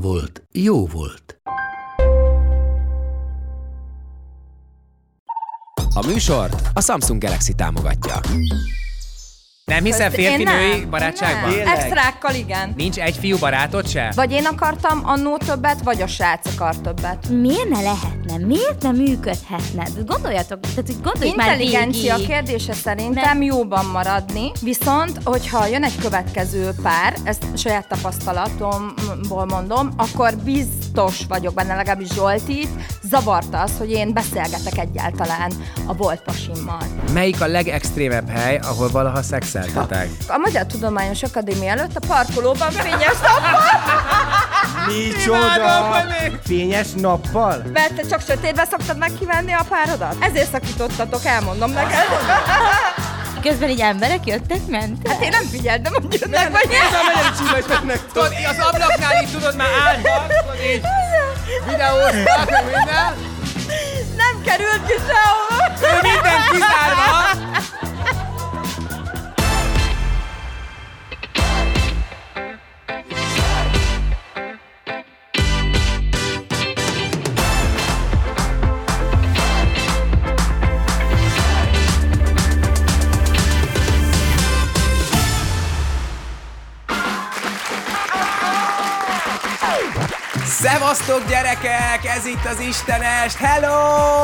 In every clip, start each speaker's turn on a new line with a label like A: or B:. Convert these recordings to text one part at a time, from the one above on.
A: volt, jó volt.
B: A műsort a Samsung Galaxy támogatja.
C: Nem hiszel férfi-női barátságban?
D: Nem. Extrákkal igen.
C: Nincs egy fiú barátod se?
D: Vagy én akartam annó többet, vagy a srác akar többet.
E: Miért ne lehetne? Miért nem működhetne? De Gondoljatok, tehát hogy gondoljuk már
D: Intelligencia
E: végig.
D: kérdése szerintem jóban maradni, viszont hogyha jön egy következő pár, ezt saját tapasztalatomból mondom, akkor biztos vagyok benne, legalábbis Zsoltit, zavarta az, hogy én beszélgetek egyáltalán a volt pasimmal.
C: Melyik a legextrémebb hely, ahol valaha szexeltetek?
D: A Magyar Tudományos Akadémia előtt a parkolóban fényes nappal,
F: Micsoda! Fényes nappal?
D: mert te csak sötétbe szoktad megkivenni a párodat. Ezért szakítottatok, elmondom neked.
E: Közben így emberek jöttek, mentek.
D: Hát én nem figyeltem, hogy jönnek vagy
F: Nem megyek csillagfetnek
C: Tudod, így az ablaknál így tudod már állva, tudod így videóztak, meg minden,
D: Nem került ki sehova.
C: ő minden kizárva.
B: Szevasztok gyerekek, ez itt az Istenest, hello!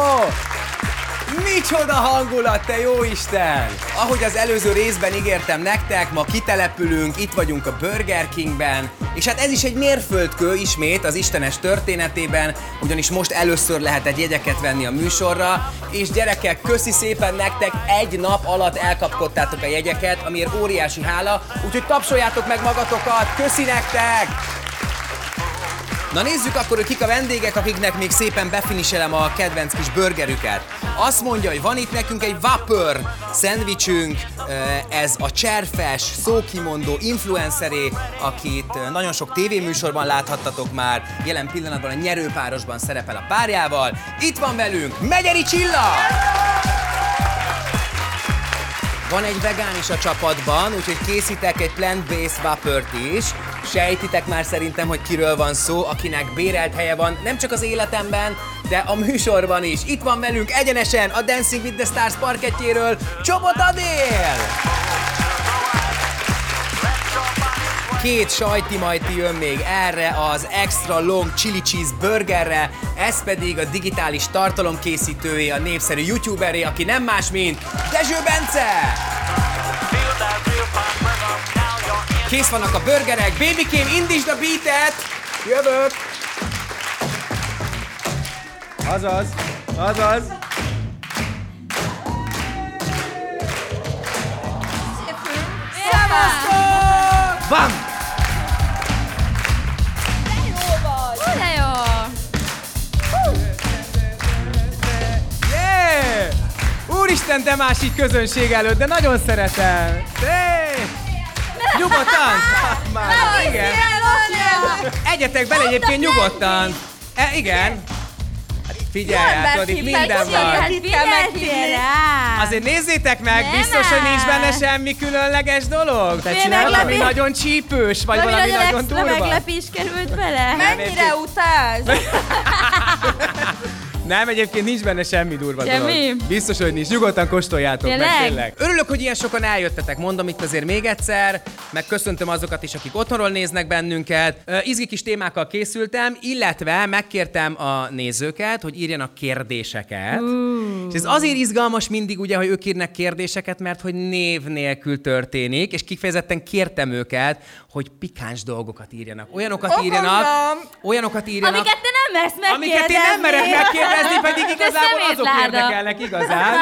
B: Micsoda hangulat, te jó Isten! Ahogy az előző részben ígértem nektek, ma kitelepülünk, itt vagyunk a Burger Kingben, és hát ez is egy mérföldkő ismét az Istenes történetében, ugyanis most először lehet egy jegyeket venni a műsorra, és gyerekek, köszi szépen nektek, egy nap alatt elkapkodtátok a jegyeket, amiért óriási hála, úgyhogy tapsoljátok meg magatokat, köszi nektek! Na nézzük akkor, hogy kik a vendégek, akiknek még szépen befiniselem a kedvenc kis burgerüket. Azt mondja, hogy van itt nekünk egy Vapor szendvicsünk, eh, ez a cserfes, szókimondó influenceré, akit eh, nagyon sok tévéműsorban láthattatok már, jelen pillanatban a nyerőpárosban szerepel a párjával. Itt van velünk Megyeri Csilla! Van egy vegán is a csapatban, úgyhogy készítek egy plant-based vapört is. Sejtitek már szerintem, hogy kiről van szó, akinek bérelt helye van, nem csak az életemben, de a műsorban is. Itt van velünk egyenesen a Dancing with the Stars parkettjéről Csobot Adél! Két sajti majti jön még erre az extra long chili cheese burgerre, ez pedig a digitális tartalomkészítője, a népszerű youtuberé, aki nem más, mint Dezső Bence! Kész vannak a burgerek, babykém, indítsd a beatet!
F: Jövök! Azaz, azaz. Bam!
E: De jó.
C: Yeah! Úristen, te más így közönség előtt, de nagyon szeretem. Hey! Nyugodtan! Már, igen. Egyetek bele egyébként nyugodtan. E, igen. Hát Figyelj, hát, tudod, itt minden van.
E: Hát figyeltél rá.
C: Azért nézzétek meg,
E: Nem
C: biztos, hogy nincs
E: áll.
C: benne semmi különleges dolog. Te
E: Tényleg
C: csinálsz valami
E: lepi-
C: nagyon csípős, vagy
E: Valami
C: valami
E: nagyon
C: nagyon
E: extra
C: durva.
E: meglepés került bele.
D: Mennyire utálsz?
C: Nem, egyébként nincs benne semmi durva
E: Semmi?
C: dolog. Biztos, hogy nincs. Nyugodtan kóstoljátok meg,
E: Tényleg?
C: tényleg. Örülök, hogy ilyen sokan eljöttetek. Mondom itt azért még egyszer, meg köszöntöm azokat is, akik otthonról néznek bennünket. Ö, Izgi kis témákkal készültem, illetve megkértem a nézőket, hogy írjanak kérdéseket. És ez azért izgalmas mindig, ugye, hogy ők írnak kérdéseket, mert hogy név nélkül történik, és kifejezetten kértem őket, hogy pikáns dolgokat írjanak. Olyanokat írjanak, olyanokat írjanak,
E: Amiket te nem mersz megkérdezni.
C: Amiket én nem merek megkérdezni, pedig
E: Te
C: igazából azok
E: szemétláda.
C: érdekelnek igazán.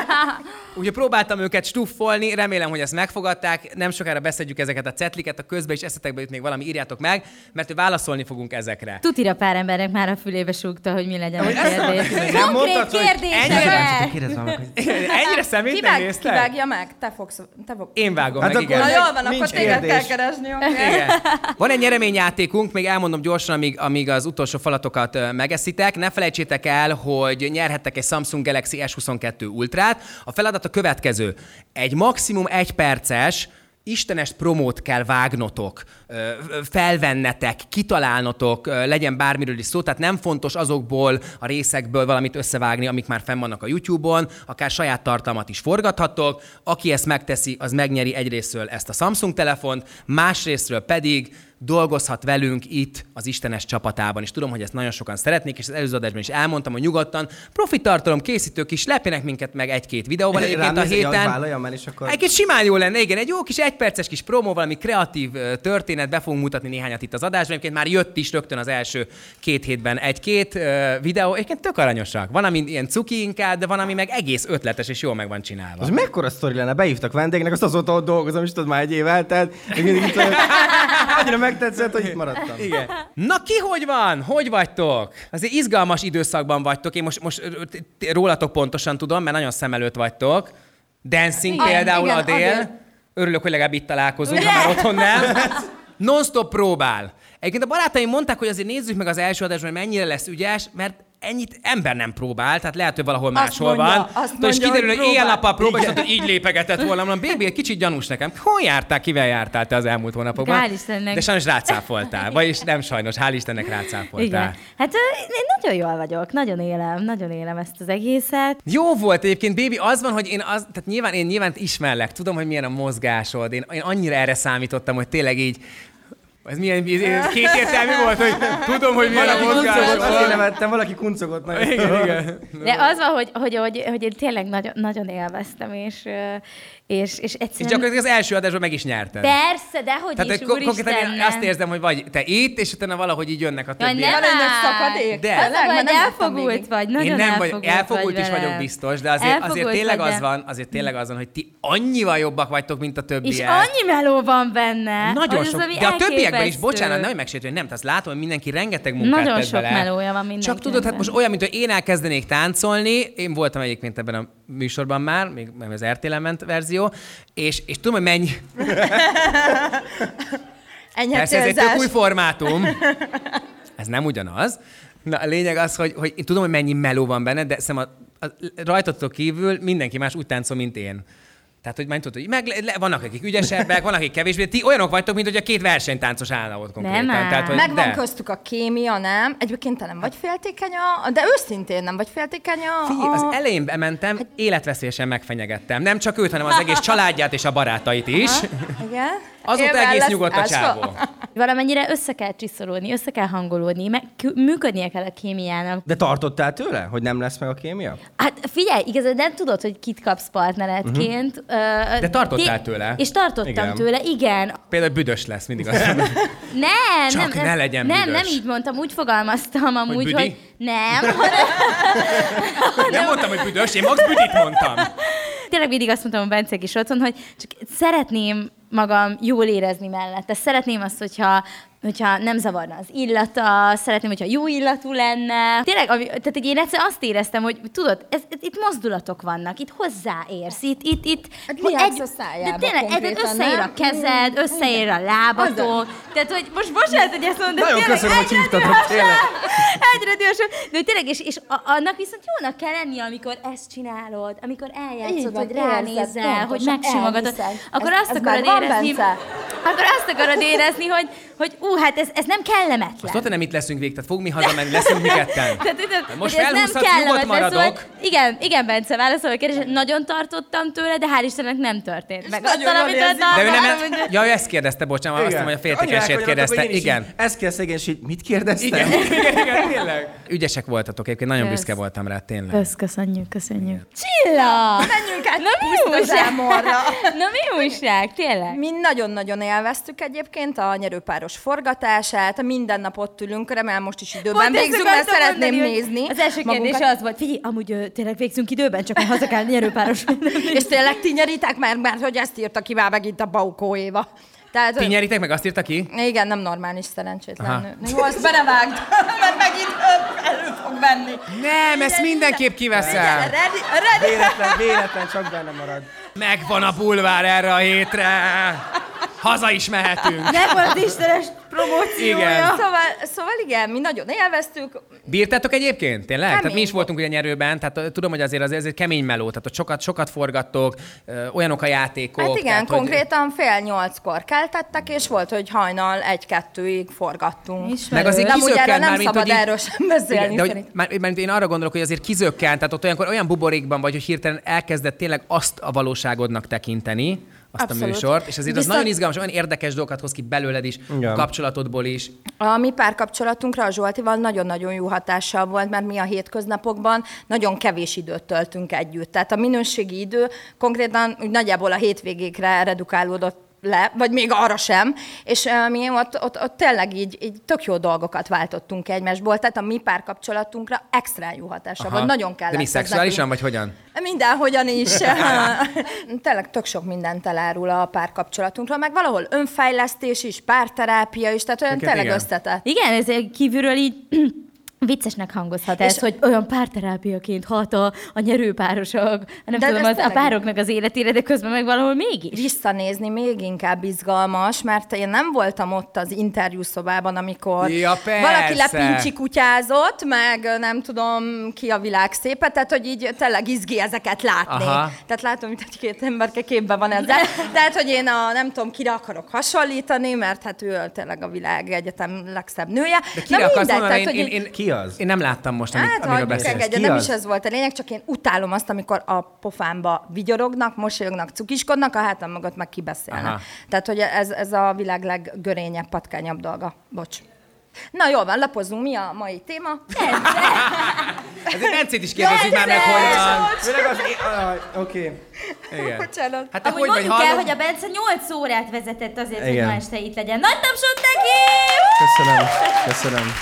C: Ugye próbáltam őket stuffolni, remélem, hogy ezt megfogadták. Nem sokára beszedjük ezeket a cetliket, a közben is eszetekbe jut még valami, írjátok meg, mert válaszolni fogunk ezekre.
E: Tutira pár embernek már a fülébe súgta, hogy mi legyen a kérdés.
F: Nem
E: Konkrét
F: mondtad, hogy
E: kérdésre!
G: Kérdezem meg, hogy
C: Ennyire szemét nem
D: Kivág,
C: néztek?
D: kivágja meg, te fogsz, te fogsz.
C: Én vágom
F: Hát
C: meg,
F: akkor-
C: igen.
D: Na
F: meg
D: jól van, akkor
F: nincs
D: téged
F: kérdés.
D: kell keresni, oké?
C: Igen. Van egy nyereményjátékunk, még elmondom gyorsan, amíg, amíg az utolsó falatokat ö, megeszitek. Ne felejtsétek el, hogy nyerhettek egy Samsung Galaxy S22 Ultrát. A feladat a következő. Egy maximum egy perces istenes promót kell vágnotok, ö, ö, felvennetek, kitalálnotok, ö, legyen bármiről is szó, tehát nem fontos azokból a részekből valamit összevágni, amik már fenn vannak a YouTube-on, akár saját tartalmat is forgathatok. Aki ezt megteszi, az megnyeri egyrésztről ezt a Samsung telefont, másrésztről pedig dolgozhat velünk itt az Istenes csapatában. És tudom, hogy ezt nagyon sokan szeretnék, és az előző adásban is elmondtam, hogy nyugodtan profitartalom készítők is lepjenek minket meg egy-két videóval. Egyébként a
G: nézel, hogy
C: héten
G: vállaljam el, és akkor...
C: egy kis simán jó lenne, igen, egy jó kis egyperces kis promó, valami kreatív ö, történet, be fogunk mutatni néhányat itt az adásban, egyébként már jött is rögtön az első két hétben egy-két ö, videó, egyébként tök aranyosak. Van, ami ilyen cuki inkább, de van, ami meg egész ötletes és jól meg van csinálva.
G: Az mekkora sztori lenne? Behívtak vendégnek, azt azóta ott dolgozom, és tudod, már egy év eltelt, még mindig itt vagyok. Annyira megtetszett, hogy itt maradtam.
C: Igen. Na ki hogy van? Hogy vagytok? Azért izgalmas időszakban vagytok. Én most, most ö, t- t- rólatok pontosan tudom, mert nagyon szem előtt vagytok. Dancing
D: Igen,
C: például
D: igen,
C: Adél.
D: Adél.
C: Örülök, hogy legalább itt találkozunk, ha már otthon nem. Non-stop próbál. Egyébként a barátaim mondták, hogy azért nézzük meg az első adásban, hogy mennyire lesz ügyes, mert ennyit ember nem próbál, tehát lehet, hogy valahol
D: Azt
C: máshol
D: mondja,
C: van.
D: azt
C: Tudod, és
D: mondja, hogy
C: kiderül, hogy
D: próbál.
C: éjjel-nappal próbál, és tudod, így lépegetett volna. Mondom, Bébi, egy kicsit gyanús nekem. Hol jártál, kivel jártál te az elmúlt hónapokban?
E: Hál' Istennek.
C: De sajnos rácáfoltál. Vagyis nem sajnos, hál' Istennek
E: Igen.
C: rácáfoltál.
E: Hát ö, én nagyon jól vagyok, nagyon élem, nagyon élem ezt az egészet.
C: Jó volt egyébként, Bébi, az van, hogy én az, tehát nyilván én nyilván ismerlek, tudom, hogy milyen a mozgásod, én, én annyira erre számítottam, hogy tényleg így, ez milyen ez kétértelmű volt, hogy tudom, hogy milyen a
G: Valaki
C: mozgásod.
G: kuncogott, azért nevettem, valaki kuncogott. Nagyon.
C: Igen, igen.
E: De az van, hogy, hogy, hogy, hogy én tényleg nagyon, nagyon élveztem, és, ö, és, és
C: És
E: egyszerűen...
C: gyakorlatilag az első adásban meg is nyerted.
E: Persze, de hogy
C: Tehát
E: is,
C: hogy ko- konkrétan én
E: úristen,
C: azt érzem, hogy vagy te itt, és utána valahogy így jönnek a
E: Jaj,
C: többiek.
E: nem
D: Van ennek
E: áll.
D: szakadék?
C: De.
E: Az a
D: Tényleg?
E: baj,
D: Mert
E: hogy
D: nem
E: elfogult
D: tudtam
E: vagy, nagyon
C: Én nem vagy,
E: elfogult,
C: elfogult
E: vagy
C: is
E: velem.
C: vagyok biztos, de azért, azért
E: Elfogult
C: tényleg
E: vagy,
C: az
E: de-
C: van, azért tényleg az van, hogy ti annyival jobbak vagytok, mint a
E: És
C: többiek.
E: annyi meló van benne.
C: Nagyon
E: hogy
C: sok.
E: valami
C: De a többiekben is,
E: elképesztő.
C: bocsánat, nem megsértő, hogy nem, tehát azt látom, hogy mindenki rengeteg munkát
E: Nagyon
C: tett
E: sok
C: bele.
E: melója van mindenkinek
C: Csak tudod, hát
E: benne.
C: most olyan, mint hogy én elkezdenék táncolni, én voltam egyébként ebben a műsorban már, még nem az rtl ment verzió, és, és tudom, hogy mennyi,
D: Ennyi
C: persze ez egy
D: célzás.
C: tök új formátum, ez nem ugyanaz. Na, a lényeg az, hogy, hogy én tudom, hogy mennyi meló van benne, de szem a, a, rajtatok kívül mindenki más úgy táncol, mint én. Tehát, hogy már tudod, hogy meg, le, vannak akik ügyesebbek, vannak akik kevésbé, ti olyanok vagytok, mint hogy a két versenytáncos állna ott konkrétan.
E: Nem ám.
C: Tehát, hogy
D: Megvan
C: de.
D: köztük a kémia, nem? Egyébként te nem vagy féltékeny a... De őszintén nem vagy féltékeny a...
C: Figyelj, az
D: a-
C: elején bementem,
E: Hát-
C: életveszélyesen megfenyegettem. Nem csak őt, hanem az egész családját és a barátait is.
D: Igen?
C: Azóta
D: Élben
C: e- egész
D: lesz
C: nyugodt a
D: ásva.
C: csávó.
E: Valamennyire össze kell csiszolódni, össze kell hangolódni, meg kü- működnie kell a kémiának.
G: De tartottál tőle, hogy nem lesz meg a kémia?
E: Hát figyelj, igazán nem tudod, hogy kit kapsz partneredként. Uh-huh.
C: Mhm. De tartottál tőle.
E: És tartottam
G: Igen.
E: igen. tőle, igen.
C: Például büdös lesz mindig az.
E: Nem,
C: Csak
E: nem,
C: ne
E: ez-
C: legyen
E: nem,
C: büdös.
E: nem így mondtam, úgy fogalmaztam amúgy,
C: büdi?
E: hogy, nem, hanem
C: Nem mondtam, hogy büdös, én max büdit mondtam.
E: tényleg mindig azt mondtam a Bencék is otthon, hogy csak szeretném magam jól érezni mellette. Szeretném azt, hogyha hogyha nem zavarna az illata, szeretném, hogyha jó illatú lenne. Tényleg, ami, tehát így én egyszer azt éreztem, hogy tudod, ez, ez, itt mozdulatok vannak, itt hozzáérsz, itt, itt, itt.
D: Egy virágsz Hát a szájába
E: de tényleg, ez- ez
D: konkrétan,
E: összeér a
D: nem?
E: kezed, összeér a lábatok. Tehát, hogy most bocsánat, hogy ezt mondom, de
G: Nagyon
E: tényleg
G: köszönöm, hogy
E: egyre
G: hívtatok,
E: dühösebb.
G: tényleg.
E: Egyre dühösebb. De hogy tényleg, és, és a, annak viszont jónak kell lenni, amikor ezt csinálod, amikor eljátszod,
D: Így van,
E: hogy ránézel,
D: érzed,
E: hogy
D: pontosan,
E: megsimogatod.
D: elhiszed.
E: Akkor
D: Ez-
E: azt
D: ez
E: akarod
D: már van,
E: érezni,
D: Bence?
E: akkor azt akarod érezni, hogy, hogy ú, hát ez, ez nem
C: Most
E: kellemetlen.
C: ott nem itt leszünk végig, tehát fogunk mi hazamenni, leszünk mi ketten.
E: Tehát, tudod,
C: Most
E: hogy ez nem
C: felhúzhatsz, nyugodt
E: kellemetlen,
C: maradok.
E: Szóval, igen, igen, Bence, válaszol a kérdésre. Nagyon tartottam tőle, de hál' Istennek nem történt meg.
D: nagyon
E: Attól,
D: jól
E: amit
D: érzi.
E: adtam,
C: De ő nem...
E: amit-
C: Ja, ő ezt kérdezte, bocsánat, már azt mondom, hogy a féltékenysét kérdezte. Igen.
G: Ez kell szegény, és így mit kérdeztem?
C: Igen,
G: Igen.
C: igen, igen, tényleg. Ügyesek voltatok, egyébként nagyon
E: Kösz.
C: büszke voltam rá, tényleg.
E: Kösz, köszönjük, köszönjük. Csilla! Menjünk át Na mi
D: puszta zámorra.
E: Na mi újság, tényleg?
D: Mi nagyon-nagyon élveztük egyébként a nyerőpáros forgatását, minden nap ott ülünk, remélem most is időben
E: Pont ezt
D: végzünk, mert
E: akartam
D: szeretném
E: mondani, hogy
D: nézni.
E: Az első kérdés
D: magunkat.
E: az volt, figyelj, amúgy ö, tényleg végzünk időben, csak már haza kell nyerőpáros.
D: És tényleg ti nyeritek, mert, mert hogy ezt írta ki már megint a Baukó Éva. Tehát, hogy-
C: Pinyeritek meg azt írta ki?
D: Igen, nem normális szerencsétlen
C: Aha.
D: nő. Jó, azt belevágd, mert megint ö, elő fog venni.
C: Nem, ezt mindenképp
D: Figyelj,
C: kiveszem.
D: ready, ready.
G: Véletlen, véletlen csak benne marad.
C: Megvan a bulvár erre a hétre. Haza is mehetünk.
E: Nem volt Istenes promóciója.
C: Igen.
D: Szóval, szóval igen, mi nagyon élveztük.
C: Bírtátok egyébként, tényleg?
E: Hát
D: Kemény
C: Tehát mi is
D: volt.
C: voltunk ugye nyerőben, tehát ö, tudom, hogy azért, azért ez egy kemény meló, tehát ott sokat, sokat forgattok, ö, olyanok a játékok.
D: Hát igen,
C: tehát, hogy-
D: konkrétan fél nyolckor keltettek, és volt, hogy hajnal egy-kettőig forgattunk.
E: Ismerős.
C: Meg azért
D: Nem, ugye erről
C: kizökkent
D: nem
C: már, mint
D: szabad
C: hogy így-
D: erről sem beszélni,
C: Igen, de hogy,
D: szerintem.
C: már, mert én arra gondolok, hogy azért kizökkent, tehát ott olyankor olyan buborékban vagy, hogy hirtelen elkezdett tényleg azt a valóságodnak tekinteni, azt Abszolút. a
D: Abszolút.
C: műsort, és azért Viszont... az
D: Viszont-
C: nagyon izgalmas, olyan érdekes dolgokat hoz ki belőled is, Igen.
G: Igen.
C: a kapcsolatodból is.
D: A mi párkapcsolatunkra a Zsoltival nagyon-nagyon jó hatással volt, mert mi a hétköznapokban nagyon kevés időt töltünk együtt. Tehát a minőségi idő konkrétan úgy nagyjából a hétvégékre redukálódott le, vagy még arra sem, és ö, mi ott, ott, ott tényleg így, így tök jó dolgokat váltottunk egymásból, tehát a mi párkapcsolatunkra extra jó hatása volt, nagyon kellett.
C: De mi
D: ez
C: szexuálisan,
D: nekünk.
C: vagy hogyan?
D: Mindenhogyan is. Tényleg tök sok mindent elárul a párkapcsolatunkról, meg valahol önfejlesztés is, párterápia is, tehát olyan
C: Teket
D: tényleg
C: igen.
D: összetett.
E: Igen, ezért kívülről így viccesnek hangozhat ez, hogy olyan párterápiaként hat a, a nyerőpárosok, nem
D: De
E: tudom,
D: ez
E: az, a
D: tényleg-
E: pároknak az életére, de közben meg valahol mégis.
D: Visszanézni még inkább izgalmas, mert én nem voltam ott az interjú szobában, amikor
C: Ja,
D: valaki
C: persze.
D: lepincsi kutyázott, meg ö, nem tudom ki a világ szépe, tehát hogy így tényleg izgi ezeket látni.
C: Aha.
D: Aha. Tehát látom, hogy egy két emberke képben van ezzel. Tehát, hogy én a, nem tudom, kire akarok hasonlítani, mert hát ő tényleg a világ egyetem legszebb nője.
C: De kire akarsz mondani?
D: hogy így-
G: Ki az?
C: Én nem láttam most, amit,
D: Hát,
C: amiről
D: hagyd
C: beszélsz.
D: beszélsz,
G: Ki
D: nem
G: az?
D: is ez volt a lényeg, csak én utálom azt, amikor a pofámba vigyorognak, mosolyognak, cukiskodnak, a hátam mögött meg kibeszélnek.
C: Aha.
D: Aha. Tehát, hogy ez, ez a világ leggörényebb, patkányabb dolga. Bocs. Na jól van, lapozzunk, mi a mai téma?
C: Ezért Bencét is kérdezzük már meg, hogyan.
G: Főleg az... é- Aj, Oké.
C: Igen.
D: Bocsánat.
C: Hát te
E: Amúgy
C: hogy vagy
E: mondjuk el,
C: hallom?
E: hogy a Bence 8 órát vezetett azért, hogy
G: Igen.
E: ma este itt legyen. Nagy tapsot neki!
G: Köszönöm. Köszönöm.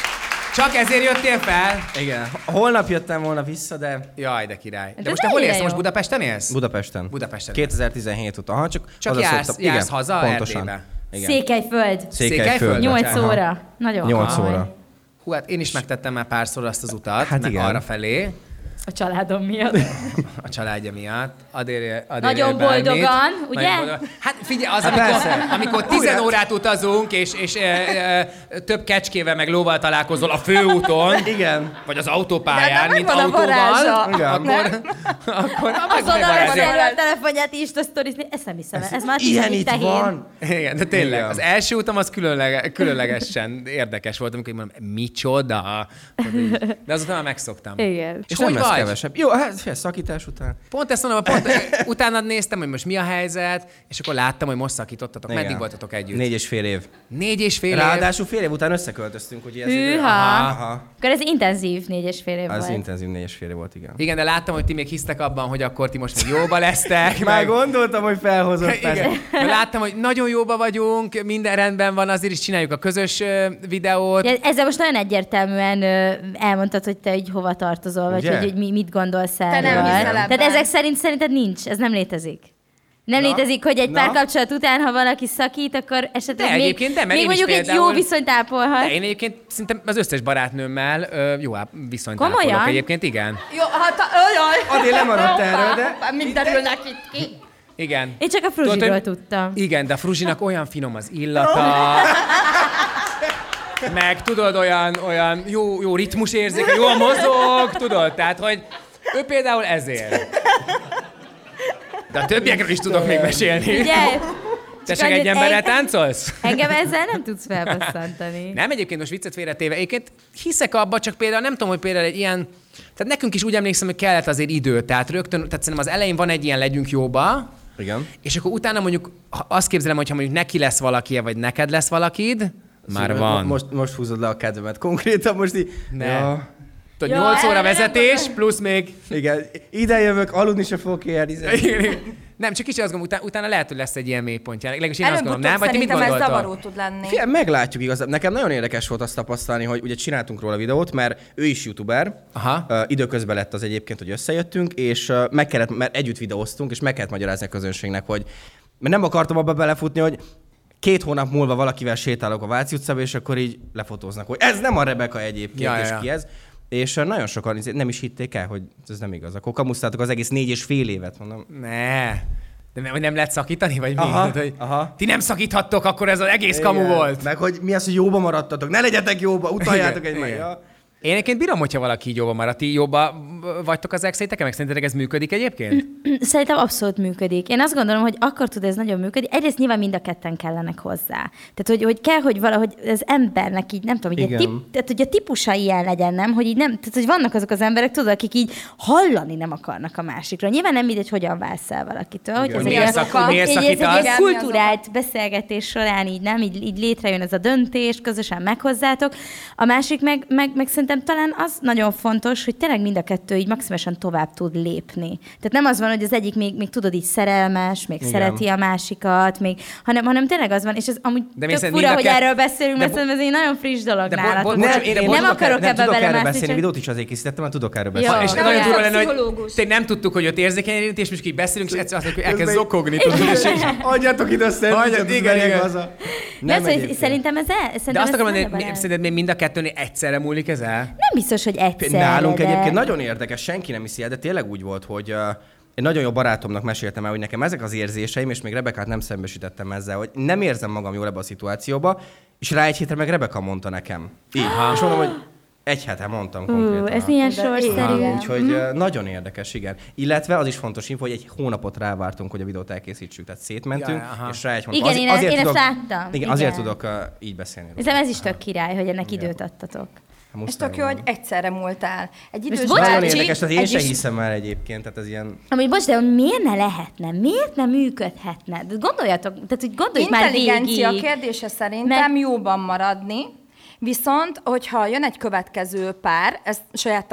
C: Csak ezért jöttél fel?
G: Igen. Holnap jöttem volna vissza, de
C: Jaj, de
D: Hát
C: király. De,
E: De
C: most te hol élsz?
E: mennyire
C: Te
E: jó.
C: Most Budapesten élsz?
G: Budapesten.
C: Budapesten.
G: 2017 óta. Ha, csak
C: Csak
G: hazaszoktam.
C: jársz- jársz haza
G: Pontosan.
C: Erdélybe.
G: Igen.
E: Székelyföld.
C: Székelyföld?
G: Székelyföld.
E: 8
G: Aha.
E: óra. Nagyon
G: 8
E: komoly.
G: óra.
C: Hú, hát én is megtettem már párszor azt az utat,
G: Hát
C: meg
G: igen.
C: arra felé,
E: A családom miatt.
C: a családja miatt. Adél, adél
E: Nagyon boldogan, ugye?
C: Hát figyelj, az,
G: Hát
C: amikor,
G: persze.
C: amikor 10 órát utazunk, és, és e, e, több kecskével meg lóval találkozol a főúton,
G: Igen.
C: vagy az
D: De
C: autópályán,
D: annak
C: mint
D: megvan a
C: autóval,
D: varázsa.
G: Igen.
C: akkor, akkor na, meg- megvan
E: Azonnal
D: megvan
C: ezért.
E: veszel a telefonját, Insta sztorizni. Ezt nem hiszem el. Ez már
G: Ilyen
E: tizedik
G: itt
E: tehén.
G: van.
C: Igen, de tényleg,
G: Igen.
C: az első utam az különlege, különlegesen érdekes volt, amikor így mondom, micsoda? Tudod így. De azután már megszoktam.
E: Igen.
C: És
G: És
C: hogy
G: nem lesz
C: vagy?
G: kevesebb. Jó, hát fél szakítás után.
C: Pont ezt mondom, pont utána néztem, hogy most mi a helyzet, és akkor láttam, hogy most szakítottatok.
G: Igen.
C: Meddig voltatok együtt? Négy,
G: Négy és fél év.
C: Négy és fél év.
G: Ráadásul fél év után összeköltöztünk, ugye ez egy-
E: Hűha.
G: Aha.
E: Akkor ez intenzív négy és fél év
G: Az
E: volt.
G: intenzív négy és fél év volt, igen.
C: Igen, de láttam, hogy ti még hisztek abban, hogy akkor ti most még jóba lesztek.
G: Már
C: meg...
G: gondoltam, hogy felhozott
C: Igen. Mert Láttam, hogy nagyon jóba vagyunk, minden rendben van, azért is csináljuk a közös ö, videót.
E: Ugye Ezzel most nagyon egyértelműen ö, elmondtad, hogy te így hova tartozol, vagy
G: Ugye?
E: hogy, hogy mi, mit gondolsz erről.
D: nem hiszel ebben.
E: Tehát ezek szerint szerinted nincs, ez nem létezik. Nem
G: Na.
E: létezik, hogy egy
G: Na.
E: párkapcsolat után, ha valaki szakít, akkor esetleg
C: De
E: még,
C: egyébként nem, mert
E: még
C: én is
E: mondjuk egy jó
C: például-
E: viszonyt ápolhat.
C: De én egyébként szinte az összes barátnőmmel ö, jó á- viszonyt
E: Komolyan?
C: ápolok egyébként, igen.
D: Jó, hát, a- jaj.
G: Adél lemaradt erről, de-
D: Mindenülnek itt ki.
C: Igen.
E: Én csak a fruzsiról
C: Tudod, hogy-
E: tudtam.
C: Igen, de a fruzsinak olyan finom az illata. Meg tudod, olyan, olyan jó, jó ritmus érzéke, jól mozog, tudod, tehát, hogy ő például ezért. De a többiekről is tudok még mesélni.
E: Ugye?
C: Te
E: csak
C: csak egy
E: annyit-
C: emberrel
E: egy-
C: táncolsz?
E: Engem ezzel nem tudsz felbasszantani.
C: Nem, egyébként most viccet félretéve, egyébként hiszek abba, csak például nem tudom, hogy például egy ilyen, tehát nekünk is úgy emlékszem, hogy kellett azért idő, tehát rögtön, tehát szerintem az elején van egy ilyen legyünk jóba,
G: Igen.
C: és akkor utána mondjuk ha azt képzelem, hogy ha mondjuk neki lesz valaki, vagy neked lesz valakid, már
G: Szóval
C: van.
G: mo- Most, most húzod le a kedvemet. Konkrétan most így...
C: Ne.
G: Ja,
C: Tudod,
E: Ja,
C: 8 óra
E: erre nem
C: vezetés, plusz még...
G: igen, ide jövök, aludni se fogok ilyen. izé.
C: Nem, csak kicsit azt gondolom, utána, utána lehet, hogy lesz egy ilyen mélypontja. Legalábbis én azt
D: Előbb-utóbb
C: gondolom, nem? Vagy ti mit
D: szerintem ez zavaró
C: gondoltok?
D: tud lenni.
G: Figyelj, meglátjuk igazából. Nekem nagyon érdekes volt azt tapasztalni, hogy ugye csináltunk róla videót, mert ő is youtuber.
C: Aha.
G: Ö, időközben lett az egyébként, hogy összejöttünk, és ö, meg kellett, mert együtt videóztunk, és meg kellett magyarázni a közönségnek, hogy mert nem akartam abba belefutni, hogy két hónap múlva valakivel sétálok a Váci utcába, és akkor így lefotóznak, hogy ez nem a Rebeka egyébként,
C: Ja,
G: ja,
C: ja,
G: és
C: ja.
G: ja. ki ez. És eh, nagyon sokan izé- nem is hitték el, hogy ez nem igaz. Akkor kamusztáltak az egész négy és fél évet, mondom.
C: Ne. De nem, nem lehet szakítani, vagy mi?
G: Aha,
C: Hát, hogy
G: aha.
C: Ti nem szakíthattok, akkor ez az egész kamu volt.
G: Meg hogy mi az, hogy jóba maradtatok. Ne legyetek jóba, utaljátok
C: Igen,
G: egymást.
C: igen.
G: Ja.
C: Én egyébként bírom, hogyha valaki így jóba marad. Ti jóba vagytok az exéteken? Meg szerintetek ez működik egyébként?
E: Szerintem abszolút működik. Én azt gondolom, hogy akkor tud ez nagyon működni. Egyrészt nyilván mind a ketten kellenek hozzá. Tehát, hogy, hogy kell, hogy valahogy az embernek így, nem tudom, hogy a,
G: Igen.
E: tip, tehát, hogy a típusa ilyen legyen, nem? Hogy így nem, tehát, hogy vannak azok az emberek, tudod, akik így hallani nem akarnak a másikra. Nyilván nem mindegy, hogyan válsz el valakitől. Hogy
C: Hogy
E: ez
C: miért
E: egy,
C: szak-
E: szak,
C: miért
E: egy, egy, egy,
C: szakítasz?
E: egy kulturált beszélgetés során így nem, így, így létrejön ez a döntés, közösen meghozzátok. A másik meg, meg, meg szerintem talán az nagyon fontos, hogy tényleg mind a kettő így maximálisan tovább tud lépni. Tehát nem az van, hogy az egyik még, még tudod így szerelmes, még Igen. szereti a másikat, még, hanem, hanem tényleg az van, és ez amúgy
C: De
E: de
C: mi
E: tök
C: szerint
E: fura,
C: mind
E: hogy
C: a kett-
E: erről beszélünk,
C: de
E: mert
C: bo-
E: szerintem ez egy nagyon friss dolog
C: De bo-
E: nálatok.
C: bo-
E: Nem,
C: bocs,
E: én, nem, akarok
G: nem
E: ebbe
G: tudok erről
E: belemászni.
G: beszélni,
E: csak-
G: videót is azért készítettem, mert tudok erről
E: Ja.
G: beszélni.
C: És
E: Na,
C: nagyon
E: olyan
C: durva lenne, hogy
D: pszichológus.
C: te nem tudtuk, hogy ott érzékeny érintés, és így beszélünk, és egyszer azt mondjuk, hogy elkezd
G: Közben-
C: zokogni. Tudod, és így-
G: Adjatok ide össze,
C: Adjatok, igen, igen.
G: Haza.
E: Nem, szóval
G: egyébként.
E: szerintem ez el, szerintem
C: De azt
E: ez
C: akarom mondani,
E: nagyon
C: hogy mi-
E: el-
C: szerinted még mind a kettőnél egyszerre múlik ez el?
E: Nem biztos, hogy egyszer.
G: Nálunk
E: de...
G: egyébként nagyon érdekes, senki nem hiszi el, de tényleg úgy volt, hogy uh, egy nagyon jó barátomnak meséltem el, hogy nekem ezek az érzéseim, és még Rebekát nem szembesítettem ezzel, hogy nem érzem magam jól ebbe a szituációba, és rá egy hétre meg Rebeka mondta nekem. Így. És mondom, hogy egy hete mondtam
E: Ú,
G: konkrétan.
E: ez milyen sorszerű.
G: Aha, Úgyhogy mm nagyon érdekes, igen. Illetve az is fontos info, hogy egy hónapot rávártunk, hogy a videót elkészítsük, tehát szétmentünk,
C: Ja, aha.
G: és rá egy hónap.
E: Igen,
G: Az-
E: én- én ezt láttam.
G: Igen, azért
E: Igen.
G: tudok uh, így beszélni. róla.
E: Hiszem ez is tök király, hogy ennek időt adtatok.
G: Hát
D: És
G: muszáj
D: tök jó,
G: volt.
D: hogy egyszerre múltál. Egy idős
E: bocs,
G: Nagyon
D: bácsi,
G: érdekes, tehát én
D: egy
G: sem
D: is-
G: hiszem el egyébként, tehát ez ilyen...
C: Mm.
E: Amúgy bocs, de hogy miért ne lehetne? Miért ne működhetne? De Gondoljatok, tehát hogy gondoljuk már végig.
D: Intelligencia kérdése szerintem
E: Mert-
D: jóban maradni, Viszont, hogyha jön egy következő pár, ezt saját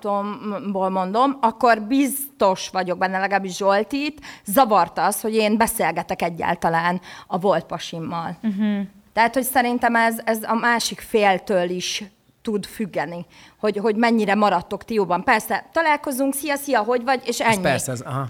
D: tapasztalatomból mondom, akkor biztos vagyok benne, legalábbis Zsoltit, zavarta az, hogy én beszélgetek egyáltalán a volt pasimmal.
E: Mhm.
D: Uh-huh. Tehát, hogy szerintem ez, ez a másik féltől is tud függeni, hogy, hogy mennyire maradtok ti jóban. Persze, találkozunk, szia, szia, hogy vagy, és ennyi.
C: Ez persze, az, aha.